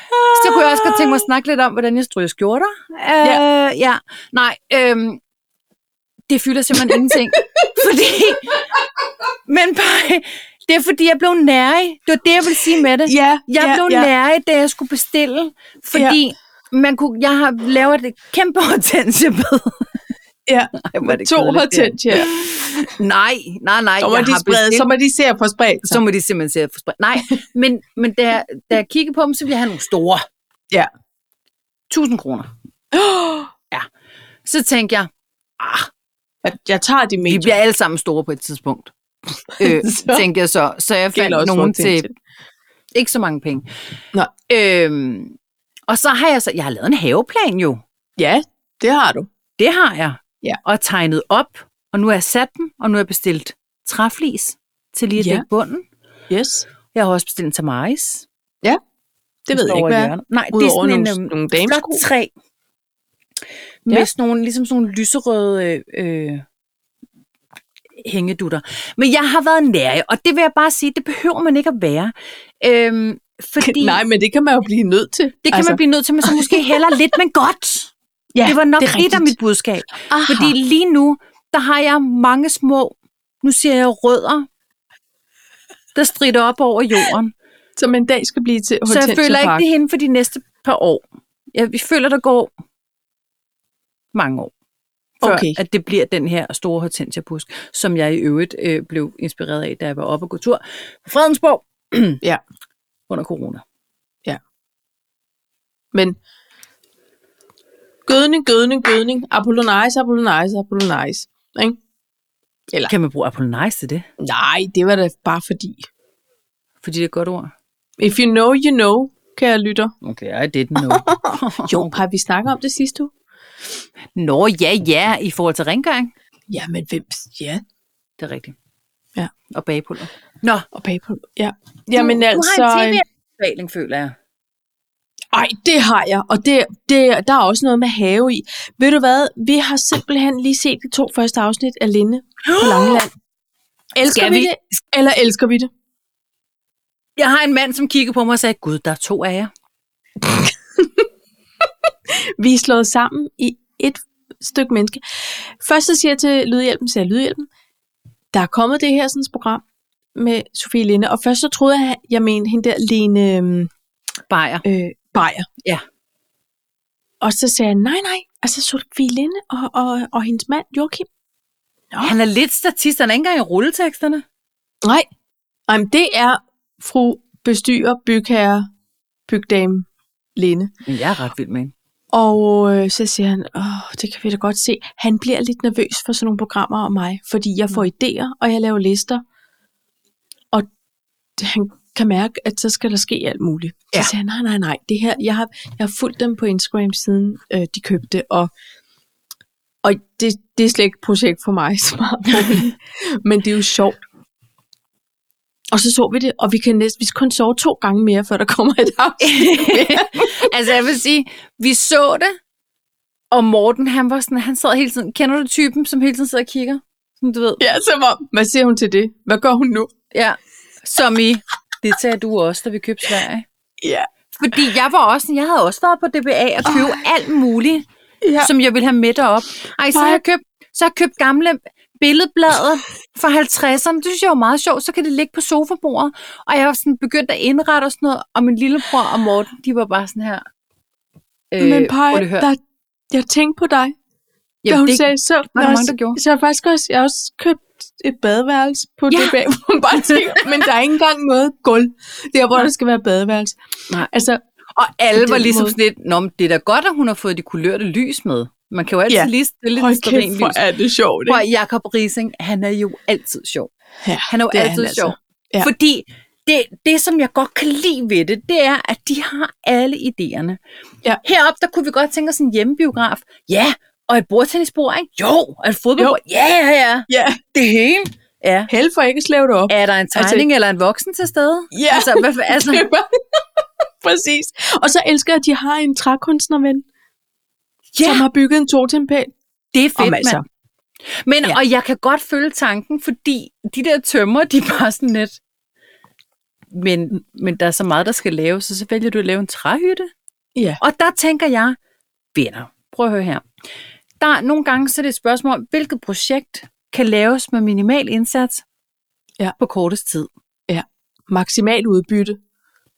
Speaker 1: Så kunne jeg også godt tænke mig at snakke lidt om, hvordan jeg stryger skjorter. Øh, ja. ja. Nej, øhm, det fylder simpelthen ingenting. Fordi... Men bare, det er fordi, jeg blev nærig. Det var det, jeg ville sige med det.
Speaker 2: Ja,
Speaker 1: Jeg
Speaker 2: ja,
Speaker 1: blev
Speaker 2: ja.
Speaker 1: nærig, da jeg skulle bestille, fordi ja. man kunne, jeg har lavet et kæmpe hortensiebed.
Speaker 2: Ja,
Speaker 1: Ej, hvor er det
Speaker 2: to
Speaker 1: kedeligt,
Speaker 2: har
Speaker 1: det her.
Speaker 2: tændt her.
Speaker 1: Nej, nej, nej.
Speaker 2: Så må
Speaker 1: jeg
Speaker 2: de
Speaker 1: har
Speaker 2: sprede,
Speaker 1: bestilt-
Speaker 2: så må de se at få spredt sig.
Speaker 1: så må de simpelthen se at få spredt. Nej, men, men da, jeg- da jeg kiggede på dem, så ville jeg have nogle store.
Speaker 2: Ja.
Speaker 1: 1000 kroner. Så tænkte jeg, ah,
Speaker 2: Jeg, jeg tager de
Speaker 1: vi
Speaker 2: medier.
Speaker 1: bliver alle sammen store på et tidspunkt. Øh,
Speaker 2: Så
Speaker 1: tænkte jeg så. Så jeg
Speaker 2: Gælder
Speaker 1: fandt
Speaker 2: også
Speaker 1: nogen
Speaker 2: frugtindtægt.
Speaker 1: til ikke så mange penge.
Speaker 2: Nej.
Speaker 1: Øhm, og så har jeg så, jeg har lavet en haveplan jo.
Speaker 2: Ja, det har du.
Speaker 1: Det har jeg.
Speaker 2: Ja.
Speaker 1: Og tegnet op, og nu har jeg sat dem, og nu har jeg bestilt træflis til lige at
Speaker 2: Ja.
Speaker 1: ja. dække bunden.
Speaker 2: Yes.
Speaker 1: Jeg har også bestilt en tamaris.
Speaker 2: Det
Speaker 1: Den
Speaker 2: ved
Speaker 1: står
Speaker 2: jeg ikke,
Speaker 1: over i
Speaker 2: hvad er.
Speaker 1: hjørnet. Nej, det er
Speaker 2: Udover
Speaker 1: sådan en,
Speaker 2: nogle,
Speaker 1: øhm,
Speaker 2: nogle
Speaker 1: flot
Speaker 2: damesko.
Speaker 1: træ. Med
Speaker 2: Ja.
Speaker 1: ja. sådan nogle, ligesom sådan nogle lyserøde øh, øh, hængedutter. Men jeg har været nærig, og det vil jeg bare sige, det behøver man ikke at være. Øhm, fordi
Speaker 2: Nej,
Speaker 1: Nej,
Speaker 2: men det kan man jo blive nødt til.
Speaker 1: det kan altså. man blive nødt til, men så måske heller lidt, men godt.
Speaker 2: Ja,
Speaker 1: Ja, det var nok
Speaker 2: det er
Speaker 1: det et af
Speaker 2: rigtigt.
Speaker 1: mit budskab.
Speaker 2: Aha.
Speaker 1: Fordi lige nu, der har jeg mange små, nu siger jeg rødder, der strider op over jorden.
Speaker 2: som en dag skal blive til
Speaker 1: Så jeg
Speaker 2: Hortensia
Speaker 1: føler ikke
Speaker 2: Park.
Speaker 1: det er hende for de næste par år. Jeg jeg føler, der går mange år, før
Speaker 2: Okay.
Speaker 1: okay. at det bliver den her store hortensia-busk, som jeg i øvrigt øh, blev inspireret af, da jeg var oppe og gå tur på Fredensborg
Speaker 2: Ja.
Speaker 1: under corona.
Speaker 2: Men gødning, gødning, gødning. Apollonize, apollonize, apollonize. Ikke? Eller,
Speaker 1: Kan man bruge Apollonice til det?
Speaker 2: nej, det var da bare fordi.
Speaker 1: Fordi det er et godt ord.
Speaker 2: If you know, you know, kan jeg lytte.
Speaker 1: Okay, jeg det nu.
Speaker 2: Jo, har vi snakket om det sidste uge?
Speaker 1: Nå, ja, ja, i forhold til rengøring.
Speaker 2: Ja, men hvem? Ja,
Speaker 1: Det er rigtigt.
Speaker 2: Ja.
Speaker 1: Og bagepulver. Nå, øh,
Speaker 2: og bagpå. Ja. Jamen
Speaker 1: du,
Speaker 2: altså...
Speaker 1: du har en tv-anbefaling, føler jeg.
Speaker 2: Ej, det har jeg, og det, det, der er også noget med have i. Ved du hvad, vi har simpelthen lige set de to første afsnit af Linde på Langeland. Elsker
Speaker 1: Skal
Speaker 2: vi
Speaker 1: vi?
Speaker 2: det, eller elsker vi det?
Speaker 1: Jeg har en mand, som kiggede på mig og sagde, Gud, der er to af jer.
Speaker 2: Vi er slået sammen i et stykke menneske. Først så siger jeg til Lydhjælpen, siger jeg, Lydhjælpen, der er kommet det her sådan et program med Sofie Linde, og først så troede jeg, jeg mente hende der Lene øhm,
Speaker 1: Bajer.
Speaker 2: øh, Bayer.
Speaker 1: Ja.
Speaker 2: Og så sagde jeg, nej, nej, altså Sofie Linde og, og, og hendes mand Joachim.
Speaker 1: Han er lidt statist, han er ikke engang i rulleteksterne.
Speaker 2: Nej. Jamen, det er fru bestyrer, bygherre, bygdame Lene.
Speaker 1: Men jeg er ret vild med hende.
Speaker 2: Og øh, så siger han, åh, det kan vi da godt se. Han bliver lidt nervøs for sådan nogle programmer om mig, fordi jeg får idéer, og jeg laver lister. Og det- han kan mærke, at så skal der ske alt muligt. Så
Speaker 1: Ja.
Speaker 2: siger han, nej, nej, nej, det her, jeg har, jeg har fulgt dem på Instagram siden øh, de købte, og, og det, det er slet ikke et projekt for mig, smart bolig. men det er jo sjovt. Og så så vi det, og vi kan næsten, vi skal kun sove to gange mere, før der kommer et afsnit.
Speaker 1: altså, jeg vil sige, vi så det, og Morten, han var sådan, han sad hele tiden, kender du typen, som hele tiden sidder og kigger? Som du ved.
Speaker 2: Ja, som om, hvad siger hun til det? Hvad gør hun nu?
Speaker 1: Ja. Som i, det tager du også, da vi købte Sverige.
Speaker 2: Ja.
Speaker 1: Fordi jeg var også, jeg havde også været på DBA og købe alt muligt.
Speaker 2: ja.
Speaker 1: ja. som jeg ville have med derop. Ej, så har jeg købt, så har jeg købt gamle billedblader fra 50'erne. Det synes jeg jo er meget sjovt. Så kan det ligge på sofabordet. Og jeg var sådan begyndt at indrette og sådan noget. Og min lillebror og Morten, de var bare sådan her.
Speaker 2: Men Paj,
Speaker 1: øh, prøv lige at høre.
Speaker 2: der, jeg tænkte på dig, da
Speaker 1: Jamen,
Speaker 2: hun
Speaker 1: det,
Speaker 2: det, sagde, så,
Speaker 1: der
Speaker 2: jeg,
Speaker 1: mange, der gjorde.
Speaker 2: så jeg har faktisk også, jeg har også købt et badeværelse på ja.
Speaker 1: Ja.
Speaker 2: det bag, hvor hun bare tænker, men der er ikke engang noget gulv, der hvor der skal være badeværelse.
Speaker 1: Nej.
Speaker 2: Altså,
Speaker 1: og alle
Speaker 2: på
Speaker 1: var
Speaker 2: den
Speaker 1: ligesom
Speaker 2: måde.
Speaker 1: sådan lidt, Nå, men det er da godt, at hun har fået de kulørte lys med. Man kan jo altid
Speaker 2: Ja.
Speaker 1: ja. lige stille
Speaker 2: hold
Speaker 1: et
Speaker 2: kæft,
Speaker 1: sterint
Speaker 2: hvor
Speaker 1: lys.
Speaker 2: er det sjovt.
Speaker 1: Prøv, at Jacob Rising, han er jo altid sjov.
Speaker 2: Ja,
Speaker 1: Han er jo
Speaker 2: det er
Speaker 1: altid
Speaker 2: han altså.
Speaker 1: sjov.
Speaker 2: Ja.
Speaker 1: Ja. Fordi det, det, som jeg godt kan lide ved det, det er, at de har alle idéerne.
Speaker 2: Ja.
Speaker 1: Heroppe, der kunne vi godt tænke os en hjemmebiograf. Ja, og et bordtennisbord, ikke? Jo, og et fodboldbord. Ja, ja, ja.
Speaker 2: Ja,
Speaker 1: Det hele. Ja.
Speaker 2: held for ikke at slæve det op.
Speaker 1: Er der en tegning altså, eller en voksen til stede?
Speaker 2: Ja.
Speaker 1: Altså, hvad, altså,
Speaker 2: Det var- Præcis. Og så elsker jeg, at de har en trækunstnerven,
Speaker 1: ja,
Speaker 2: som har bygget en totempæl.
Speaker 1: det er fedt,
Speaker 2: Om
Speaker 1: mand.
Speaker 2: altså,
Speaker 1: Men,
Speaker 2: Ja.
Speaker 1: ja. og jeg kan godt følge tanken, fordi de der tømmer, de er bare sådan lidt... Men, men der er så meget, der skal laves, så så vælger du at lave en træhytte.
Speaker 2: Ja.
Speaker 1: Og der tænker jeg, venner, prøv at høre her. Der er nogle gange, så er det et spørgsmål om, hvilket projekt kan laves med minimal indsats
Speaker 2: Ja.
Speaker 1: på kortest tid.
Speaker 2: maksimal udbytte.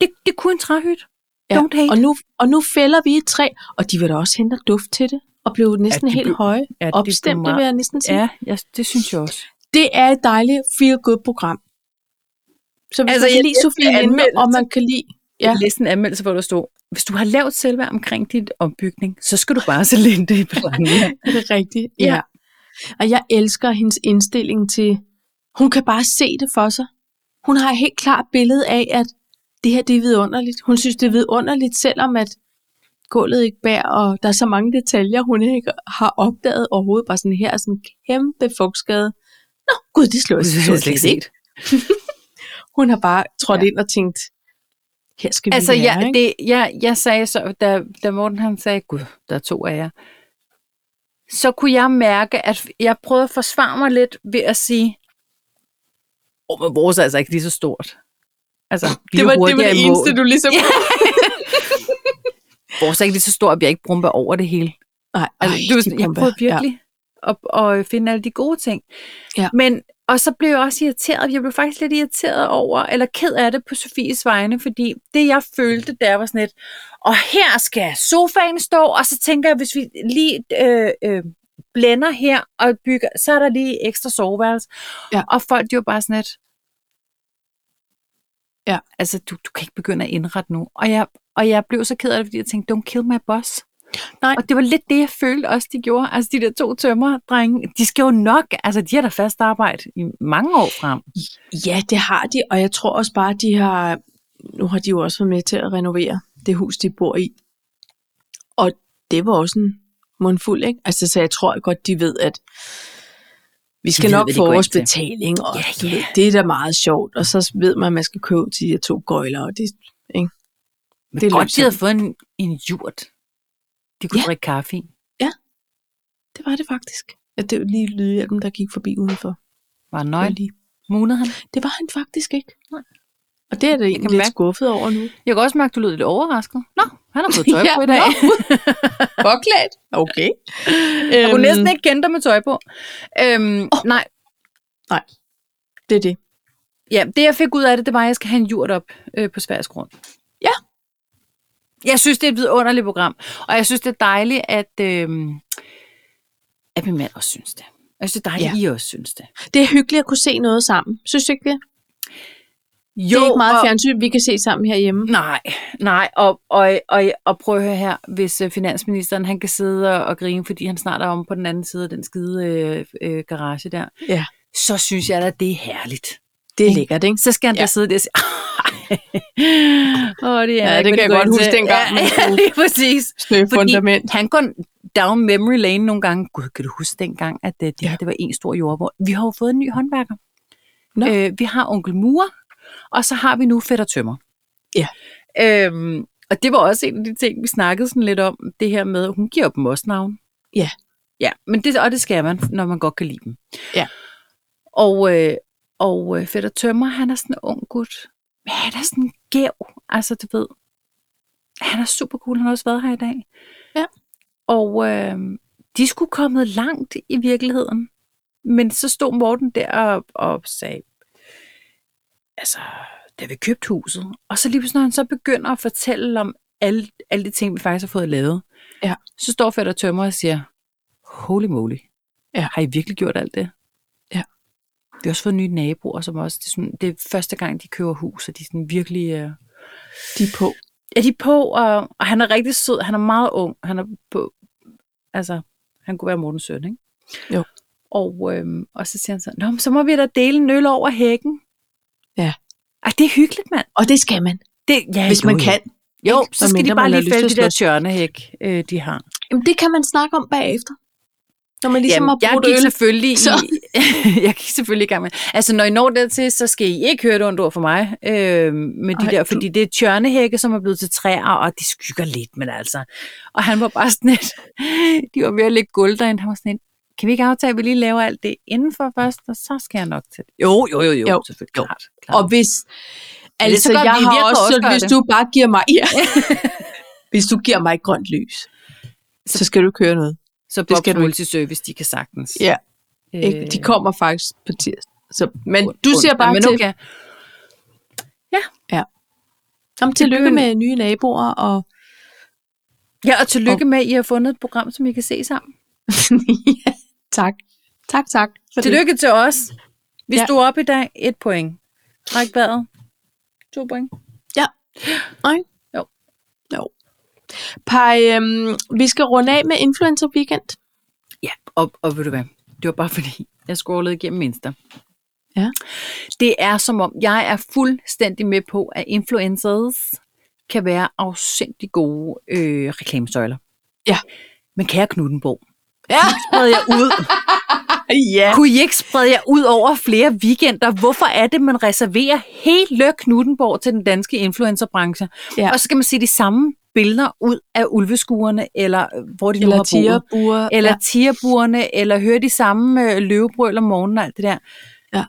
Speaker 1: Det, det kunne en træhytte. Don't hate.
Speaker 2: Og nu, og nu fælder vi et træ, og de vil da også hente duft til det. og blev næsten
Speaker 1: de
Speaker 2: helt
Speaker 1: blev-
Speaker 2: høje.
Speaker 1: Ja,
Speaker 2: Opstemte, vil jeg næsten sige.
Speaker 1: Ja, ja, det synes jeg også.
Speaker 2: Det er et dejligt feel-good program. Så
Speaker 1: Altså,
Speaker 2: hvis altså, man
Speaker 1: jeg
Speaker 2: kan lide
Speaker 1: elsker
Speaker 2: Sofie Linde,
Speaker 1: anmeldelser.
Speaker 2: og man kan lide... Ja.
Speaker 1: Ja. Jeg læste en anmeldelse, hvor der stod, hvis du har lavt selvværd omkring dit ombygning, så skal du bare se Linde i blandet.
Speaker 2: Er det rigtigt?
Speaker 1: Ja.
Speaker 2: Ja. Og jeg elsker hendes indstilling til... Hun kan bare se det for sig. Hun har et helt klart billede af, at det her det er vidunderligt. Hun synes, det er vidunderligt, selvom at gulvet ikke bærer, og der er så mange detaljer, hun ikke har opdaget overhovedet. Bare sådan her er sådan en kæmpe fugtskade. Nå, gud, det slår jeg slet ikke. se. Hun har bare trådt
Speaker 1: Ja.
Speaker 2: ind og tænkt, her skal vi
Speaker 1: Altså,
Speaker 2: være,
Speaker 1: jeg,
Speaker 2: ikke?
Speaker 1: det, jeg, jeg sagde så, da, da Morten han sagde, gud, der er to af jer, så kunne jeg mærke, at jeg prøvede at forsvare mig lidt ved at sige, åh, oh, men vores er altså ikke lige så stort. Altså, vi
Speaker 2: det,
Speaker 1: er
Speaker 2: var, det var
Speaker 1: hurtigere
Speaker 2: det
Speaker 1: i mål.
Speaker 2: eneste, du ligesom... Ja.
Speaker 1: Vores er ikke lige så stor, at jeg ikke brumper over det hele.
Speaker 2: Nej,
Speaker 1: Altså, Ej, du, sådan, jeg prøvede virkelig ja. at, at finde alle de gode ting.
Speaker 2: Ja.
Speaker 1: Men, og så blev jeg også irriteret. Jeg blev faktisk lidt irriteret over, eller ked af det på Sofies vegne, fordi det jeg følte, der var sådan lidt, og her skal sofaen stå, og så tænker jeg, hvis vi lige øh, øh, blænder her og bygger, så er der lige ekstra soveværelse.
Speaker 2: Ja.
Speaker 1: Og folk de var bare sådan lidt,
Speaker 2: Ja.
Speaker 1: altså du, du kan ikke begynde at indrette nu. Og jeg, og jeg blev så ked af det, fordi jeg tænkte, don't kill my boss.
Speaker 2: Nej.
Speaker 1: Og det var lidt det, jeg følte også, de gjorde. Altså de der to tømmerdrenge, de skal jo nok, altså de har da fast arbejde i mange år frem.
Speaker 2: Ja, det har de, og jeg tror også bare, at de har... Nu har de jo også været med til at renovere det hus, de bor i. Og det var også en mundfuld, ikke? Altså, så jeg tror godt, de ved, at vi skal
Speaker 1: ved,
Speaker 2: nok
Speaker 1: hvad de
Speaker 2: få
Speaker 1: går
Speaker 2: vores
Speaker 1: ind til.
Speaker 2: betaling, og
Speaker 1: Ja,
Speaker 2: du
Speaker 1: ja.
Speaker 2: ved, det er da meget sjovt. Og så ved man, at man skal købe til de her to gøjler, og det, ikke?
Speaker 1: Men
Speaker 2: Det
Speaker 1: det
Speaker 2: er
Speaker 1: godt,
Speaker 2: lidt
Speaker 1: de havde fået en, en jurt. De kunne
Speaker 2: Ja.
Speaker 1: ja. drikke kaffe i.
Speaker 2: det var det faktisk. Ja, det var lige lydhjælpen, der gik forbi udenfor.
Speaker 1: Var
Speaker 2: Det var
Speaker 1: nøj.
Speaker 2: lige-
Speaker 1: Munede han.
Speaker 2: Det var han faktisk ikke.
Speaker 1: Nej.
Speaker 2: Og det er det egentlig
Speaker 1: kan
Speaker 2: lidt
Speaker 1: mærke-
Speaker 2: skuffet over nu.
Speaker 1: Jeg kan også mærke, du lød lidt overrasket. Nå, han har fået tøj
Speaker 2: Ja,
Speaker 1: på i dag.
Speaker 2: nå. Påklædt. Okay.
Speaker 1: Jeg
Speaker 2: Øhm,
Speaker 1: kunne næsten ikke kende dig med tøj på. Øhm, oh. Nej,
Speaker 2: Det er det.
Speaker 1: Ja, det jeg fik ud af det, det var, at jeg skal have en jurt op øh, på Sveriges Grund.
Speaker 2: Ja.
Speaker 1: Jeg synes, det er et vidunderligt program. Og jeg synes, det er dejligt, at, øh, at min mand også synes det. Og Jeg synes, det er dejligt,
Speaker 2: Ja.
Speaker 1: ja. I også synes det.
Speaker 2: Det er hyggeligt at kunne se noget sammen. Synes du ikke det? Jo,
Speaker 1: Jo,
Speaker 2: det er ikke meget
Speaker 1: og-
Speaker 2: fjernsyn, vi kan se sammen herhjemme.
Speaker 1: Nej, nej, og, og, og, og prøv at høre her, hvis øh, finansministeren han kan sidde og, og grine, fordi han snart er om på den anden side af den skide øh, øh, garage der,
Speaker 2: Ja.
Speaker 1: så synes jeg da, det er herligt.
Speaker 2: Det
Speaker 1: er
Speaker 2: lækkert, ikke?
Speaker 1: Så skal han ja. da
Speaker 2: Ja.
Speaker 1: sidde der og sige, Åh, det er
Speaker 2: Ja,
Speaker 1: ikke,
Speaker 2: det
Speaker 1: hvad
Speaker 2: kan jeg
Speaker 1: går
Speaker 2: godt
Speaker 1: ind til."
Speaker 2: huske dengang, man
Speaker 1: Ja,
Speaker 2: skulle-
Speaker 1: lige præcis.
Speaker 2: Snø
Speaker 1: Fordi han går down memory lane nogle gange. Gud, kan du huske dengang, at øh, det,
Speaker 2: Ja.
Speaker 1: ja. det var en stor jordbord? Vi har jo fået en ny håndværker.
Speaker 2: Nå.
Speaker 1: Øh, vi har onkel Mure, og så har vi nu fætter tømmer.
Speaker 2: Ja.
Speaker 1: Øhm, og det var også en af de ting, vi snakkede sådan lidt om, det her med, hun giver dem også navn.
Speaker 2: Ja.
Speaker 1: Ja, men det, og det skal man, når man godt kan lide dem.
Speaker 2: Ja.
Speaker 1: Og, øh, og øh, fætter tømmer, han er sådan en ung gut. Men han er sådan gæv, altså du ved. Han er super cool, han har også været her i dag. Og øh, de skulle kommet langt i virkeligheden. Men så stod Morten der og, og sagde, altså, da vi købte huset. Og så lige pludselig, når han så begynder at fortælle om alle, alle de ting, vi faktisk har fået lavet,
Speaker 2: Ja.
Speaker 1: så står Fætter Tømmer og siger, holy moly,
Speaker 2: Ja.
Speaker 1: har I virkelig gjort alt det?
Speaker 2: Ja.
Speaker 1: Vi har også fået nye naboer, som også, det er, sådan, det er første gang, de køber hus, og de er sådan virkelig... Øh,
Speaker 2: de er på.
Speaker 1: er de på, og, og han er rigtig sød. Han er meget ung. Han er på, altså, han kunne være Mortens søn, ikke?
Speaker 2: Jo.
Speaker 1: Og, øhm, og så siger han så, Nå, men så må vi da dele en øl over hækken.
Speaker 2: Ja.
Speaker 1: Ej, det er hyggeligt, mand.
Speaker 2: Og det skal man,
Speaker 1: Det, ja,
Speaker 2: hvis
Speaker 1: jo,
Speaker 2: man
Speaker 1: jo.
Speaker 2: kan.
Speaker 1: Jo,
Speaker 2: ikke?
Speaker 1: så skal
Speaker 2: Hvad
Speaker 1: de
Speaker 2: mindre
Speaker 1: bare
Speaker 2: man har
Speaker 1: lige
Speaker 2: lyst til
Speaker 1: følge
Speaker 2: at
Speaker 1: de der
Speaker 2: slås.
Speaker 1: tjørnehæk, øh, de har.
Speaker 2: Jamen, det kan man snakke om bagefter. Når man ligesom har
Speaker 1: jeg
Speaker 2: brugt
Speaker 1: gik
Speaker 2: øl.
Speaker 1: selvfølgelig
Speaker 2: så-
Speaker 1: i, jeg gik selvfølgelig i gang med, altså når I når dertil, så skal I ikke høre et ondt ord for mig, øh, med de
Speaker 2: Ej,
Speaker 1: Ej, der,
Speaker 2: du-
Speaker 1: fordi det er tjørnehække, som er blevet til træer, og de skygger lidt, men altså. Og han var bare sådan lidt, de var ved at lægge gulv derinde, han var sådan lidt, kan vi ikke aftale, at vi lige laver alt det indenfor først, og så skal jeg nok til det. Jo, jo, jo, jo,
Speaker 2: Jo.
Speaker 1: jo. selvfølgelig, klart. klart.
Speaker 2: Og hvis...
Speaker 1: er
Speaker 2: Altså,
Speaker 1: så godt,
Speaker 2: jeg
Speaker 1: vi
Speaker 2: har
Speaker 1: virkelig
Speaker 2: også,
Speaker 1: også gør
Speaker 2: hvis
Speaker 1: det.
Speaker 2: du bare giver mig... Ja. hvis du giver mig et grønt lys, så skal du køre noget.
Speaker 1: så
Speaker 2: det
Speaker 1: Bob
Speaker 2: skal du ikke.
Speaker 1: Multiservice, de kan sagtens.
Speaker 2: Ja, Ikke? De kommer faktisk på tirsdag. Så, men du ser
Speaker 1: onsdag,
Speaker 2: bare
Speaker 1: men
Speaker 2: til...
Speaker 1: okay.
Speaker 2: Jamen, tillykke
Speaker 1: blev en-
Speaker 2: med nye naboer og
Speaker 1: Ja, og tillykke med, at I har fundet et program, som I kan se sammen.
Speaker 2: ja, tak. Tak, tak. For det.
Speaker 1: Tillykke til os. Vi
Speaker 2: Ja.
Speaker 1: ja. stod op i dag. Et point. Træk vejret. To point.
Speaker 2: Paj, øhm, vi skal runde af med Influencer Weekend.
Speaker 1: Ja, og, og ved du hvad? Det var bare fordi, jeg scrollede igennem Insta.
Speaker 2: Ja.
Speaker 1: Det er som om, jeg er fuldstændig med på, at influencers kan være afsindig gode øh, reklamesøjler.
Speaker 2: Ja.
Speaker 1: Men kære Knuttenborg,
Speaker 2: Ja.
Speaker 1: sprede jer ud.
Speaker 2: ja.
Speaker 1: Kunne I ikke sprede jer ud over flere weekender? Hvorfor er det, man reserverer hele Knuttenborg til den danske influencerbranche?
Speaker 2: Ja.
Speaker 1: Ja. Og så skal man se de samme billeder ud af ulveskuerne, eller øh, hvor de nu
Speaker 2: Eller
Speaker 1: har boet.
Speaker 2: tigerbuer.
Speaker 1: Eller ja. tigerburene, eller høre de samme øh, løvebrøl om morgenen og alt det der.
Speaker 2: Ja.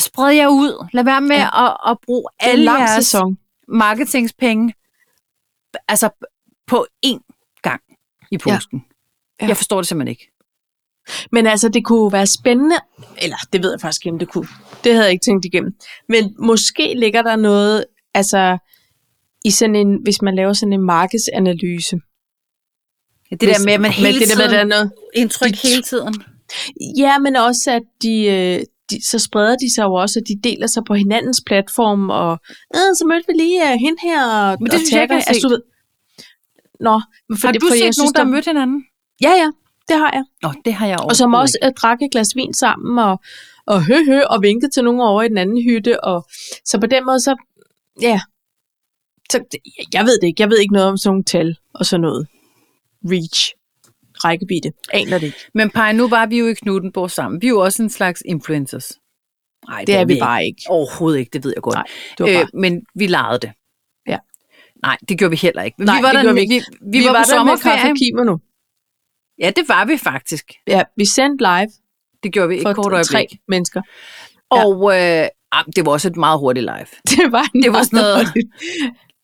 Speaker 1: Spred jer ud. Lad være med ja. at, at bruge
Speaker 2: ja, en
Speaker 1: alle
Speaker 2: lang
Speaker 1: jeres
Speaker 2: sæson.
Speaker 1: marketingspenge altså på én gang i påsken.
Speaker 2: Ja.
Speaker 1: Ja. Jeg forstår det simpelthen ikke.
Speaker 2: Men altså, det kunne jo være spændende, eller det ved jeg faktisk ikke, om det kunne. Det havde jeg ikke tænkt igennem. Men måske ligger der noget, altså i sådan en, hvis man laver sådan en markedsanalyse.
Speaker 1: Det der med, at man hele
Speaker 2: det der med,
Speaker 1: tiden
Speaker 2: at der er noget.
Speaker 1: indtryk
Speaker 2: hele
Speaker 1: hele tiden.
Speaker 2: Ja, men også at de, øh, de, så spreder de sig jo også, og de deler sig på hinandens platform, og øh, så mødte vi lige øh, hende her, og,
Speaker 1: Men det
Speaker 2: og
Speaker 1: synes jeg ikke,
Speaker 2: tagger-
Speaker 1: jeg har
Speaker 2: du ved, Nå, men for,
Speaker 1: Har du
Speaker 2: for jeg
Speaker 1: set
Speaker 2: synes,
Speaker 1: nogen, der har
Speaker 2: der-
Speaker 1: mødt hinanden?
Speaker 2: Ja, ja, det har jeg.
Speaker 1: Nå, det har jeg
Speaker 2: Og som også øh, drak et glas vin sammen, og, og hø, hø, og vinkede til nogen over i den anden hytte. Og, så på den måde, så, ja, så, det- jeg ved det ikke. Jeg ved ikke noget om sådan nogle tal og sådan noget. Reach. Rækkevidde. Aner det ikke.
Speaker 1: Men Paj, nu var vi jo i Knuttenborg sammen. Vi er jo også en slags influencers. Nej,
Speaker 2: Det er vi bare ikke.
Speaker 1: Overhovedet ikke, det ved jeg godt.
Speaker 2: Nej, det var bare...
Speaker 1: øh, men vi legede det.
Speaker 2: Ja.
Speaker 1: Nej, det gjorde vi heller ikke. Men
Speaker 2: Nej,
Speaker 1: vi var
Speaker 2: det
Speaker 1: der,
Speaker 2: gjorde vi ikke.
Speaker 1: Vi, vi, vi var, var på
Speaker 2: der med Kaffe
Speaker 1: sommerferie.
Speaker 2: Kimono.
Speaker 1: Ja, det var vi faktisk.
Speaker 2: Ja, vi sendte live
Speaker 1: Det gjorde vi
Speaker 2: for
Speaker 1: ikke kort
Speaker 2: tre
Speaker 1: øjeblik.
Speaker 2: mennesker.
Speaker 1: Og øh, ah, det var også et meget hurtigt live.
Speaker 2: Det var,
Speaker 1: Det var sådan noget-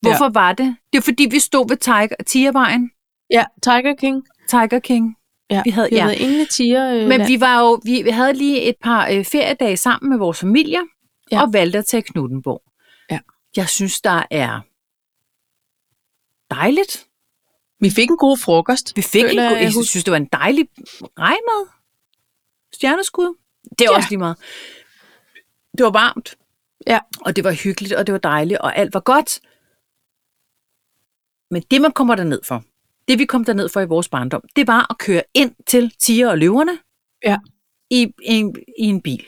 Speaker 1: Hvorfor ja. var det? Det var fordi, vi stod ved Tiger, Tigervejen.
Speaker 2: Ja, Tiger King.
Speaker 1: Tiger King.
Speaker 2: Ja,
Speaker 1: Vi havde-
Speaker 2: vi
Speaker 1: ja.
Speaker 2: havde ingen tiger. Øh,
Speaker 1: Men
Speaker 2: land.
Speaker 1: vi var jo, vi havde lige et par øh, feriedage sammen med vores familier,
Speaker 2: Ja.
Speaker 1: ja. og valgte at tage Knuttenborg.
Speaker 2: Ja.
Speaker 1: Jeg synes, der er dejligt.
Speaker 2: vi fik en god frokost.
Speaker 1: Vi fik en,
Speaker 2: Føler
Speaker 1: god-
Speaker 2: jeg,
Speaker 1: jeg
Speaker 2: husker.
Speaker 1: synes, det var en dejlig regnmad. Stjerneskud. Det er
Speaker 2: Ja.
Speaker 1: ja. også lige meget. Det var varmt.
Speaker 2: Ja.
Speaker 1: Og det var hyggeligt, og det var dejligt, og alt var godt. Men det, man kommer derned for, det vi kom derned for i vores barndom, det var at køre ind til tiger og løverne
Speaker 2: Ja.
Speaker 1: i, i, en, i en bil.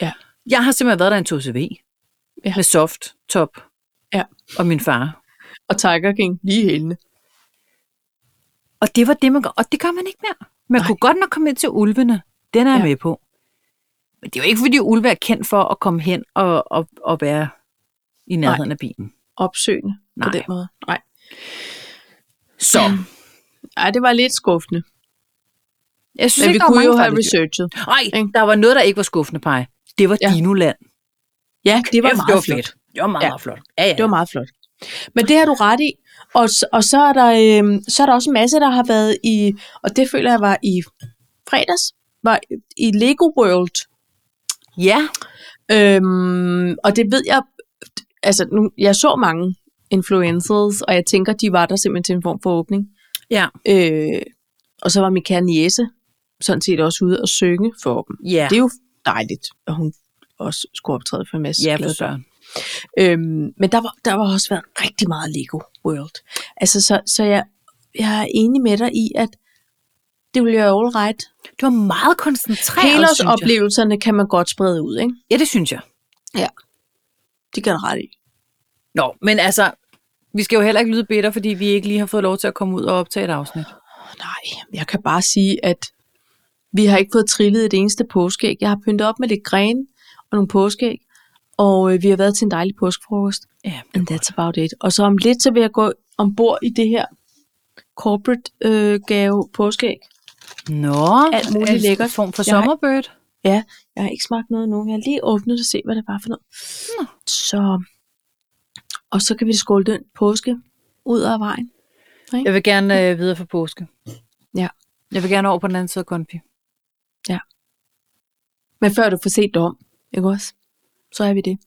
Speaker 2: Ja.
Speaker 1: Jeg har simpelthen været der i en 2CV
Speaker 2: Ja.
Speaker 1: med soft top
Speaker 2: Ja.
Speaker 1: og min far.
Speaker 2: Og Tiger King lige hælende.
Speaker 1: Og det var det, man gør. Og det gør man ikke mere. Man
Speaker 2: Nej.
Speaker 1: Nej. kunne godt nok komme ind til ulvene. Den er jeg
Speaker 2: Ja.
Speaker 1: ja. med på. Men det er jo ikke, fordi ulve er kendt for at komme hen og, og, og være i nærheden af bilen.
Speaker 2: opsøgende Nej. på
Speaker 1: Nej.
Speaker 2: den måde. Nej.
Speaker 1: Så
Speaker 2: Ej, det var lidt skuffende.
Speaker 1: jeg synes
Speaker 2: Men vi
Speaker 1: ikke, der var
Speaker 2: kunne
Speaker 1: mange
Speaker 2: jo have
Speaker 1: fejl i det.
Speaker 2: researchet.
Speaker 1: Nej,
Speaker 2: ikke?
Speaker 1: der var noget, der ikke var skuffende, Paj. Det var
Speaker 2: Ja.
Speaker 1: ja. Dinoland.
Speaker 2: Ja, det var
Speaker 1: Kæft,
Speaker 2: meget
Speaker 1: det var
Speaker 2: flot.
Speaker 1: fedt. Det var meget,
Speaker 2: Ja.
Speaker 1: meget flot. Ja, ja.
Speaker 2: Det var meget flot. Men det har du ret i. Og, s- og så, er der, øh, så er der også en masse, der har været i, og det føler jeg var i fredags, var i Lego World.
Speaker 1: ja.
Speaker 2: Øhm, og det ved jeg, altså nu, jeg så mange influencers, og jeg tænker, de var der simpelthen til en form for åbning.
Speaker 1: Ja.
Speaker 2: Øh, og så var min kære niece sådan set også ude og synge for dem.
Speaker 1: Ja.
Speaker 2: Det er jo dejligt, at hun også skulle optræde for en masse
Speaker 1: Ja, for
Speaker 2: glade børn.
Speaker 1: søren.
Speaker 2: Øhm, men der var, der var også været rigtig meget Lego World. Altså, så, så jeg, jeg er enig med dig i, at det ville være all right.
Speaker 1: Det var meget koncentreret, synes jeg.
Speaker 2: Helårsoplevelserne kan man godt sprede ud, ikke?
Speaker 1: Ja, det synes jeg.
Speaker 2: Det kan du ret i.
Speaker 1: Nå, men altså, vi skal jo heller ikke lyde bitter, fordi vi ikke lige har fået lov til at komme ud og optage et afsnit.
Speaker 2: Nej, jeg kan bare sige, at vi har ikke fået trillet et eneste påskeæg. Jeg har pyntet op med lidt gren og nogle påskeæg, og øh, vi har været til en dejlig påskefrokost.
Speaker 1: Ja,
Speaker 2: And that's about it. Og så om lidt, så vil jeg gå ombord i det her corporate øh, gave påskeæg.
Speaker 1: Nå,
Speaker 2: Alt muligt
Speaker 1: er det
Speaker 2: lækkert.
Speaker 1: en form for
Speaker 2: Jeg har-
Speaker 1: sommerbird.
Speaker 2: Ja, jeg har ikke smagt noget nu. Jeg har lige åbnet og se, hvad det var for noget.
Speaker 1: Nå.
Speaker 2: Så, og så kan vi skåle den påske ud af vejen.
Speaker 1: Jeg vil gerne øh, videre for påske.
Speaker 2: Ja.
Speaker 1: Jeg vil gerne over på den anden side af Grundtvig.
Speaker 2: Men før du får set det om, ikke også? Så er vi det.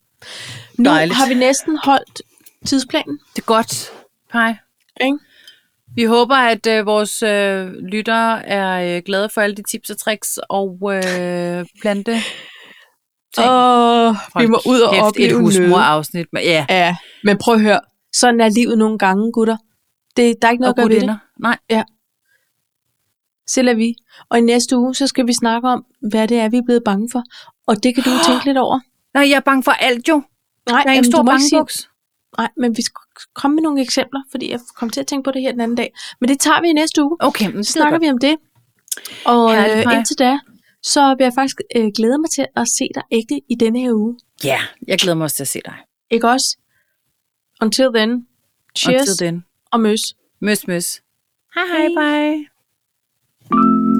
Speaker 2: Nu
Speaker 1: Dejligt.
Speaker 2: har vi næsten holdt tidsplanen.
Speaker 1: Det er godt, Pej.
Speaker 2: Ikke?
Speaker 1: Vi håber, at øh, vores øh, lyttere er øh, glade for alle de tips og tricks og øh, plante. Tænk.
Speaker 2: Åh, vi må ud og opleve
Speaker 1: et
Speaker 2: noget.
Speaker 1: husmor-afsnit. Men, ja,
Speaker 2: Ja, men prøv at høre. Sådan er livet nogle gange, gutter. Det, der er ikke noget
Speaker 1: og
Speaker 2: at gøre ved
Speaker 1: gode
Speaker 2: det.
Speaker 1: venner. Nej,
Speaker 2: Selv er vi. Og i næste uge, så skal vi snakke om, hvad det er, vi er blevet bange for. Og det kan du jo tænke lidt over.
Speaker 1: nej, jeg er bange for alt jo.
Speaker 2: Nej,
Speaker 1: Jeg er en
Speaker 2: jamen,
Speaker 1: stor
Speaker 2: du må ikke sige-
Speaker 1: bangebuks.
Speaker 2: Nej, men vi skal komme med nogle eksempler, fordi jeg kom til at tænke på det her den anden dag. Men det tager vi i næste uge.
Speaker 1: Okay, men
Speaker 2: Så snakker vi om det. Og
Speaker 1: Herlig
Speaker 2: øh,
Speaker 1: pej.
Speaker 2: indtil da, så vil jeg faktisk øh, glæde mig til at se dig ægte i denne her uge.
Speaker 1: Ja, jeg glæder mig også til at se dig.
Speaker 2: Ikke også? Until then. Cheers
Speaker 1: Until then.
Speaker 2: og møs.
Speaker 1: Møs, møs.
Speaker 2: Hej
Speaker 1: Hej, bye.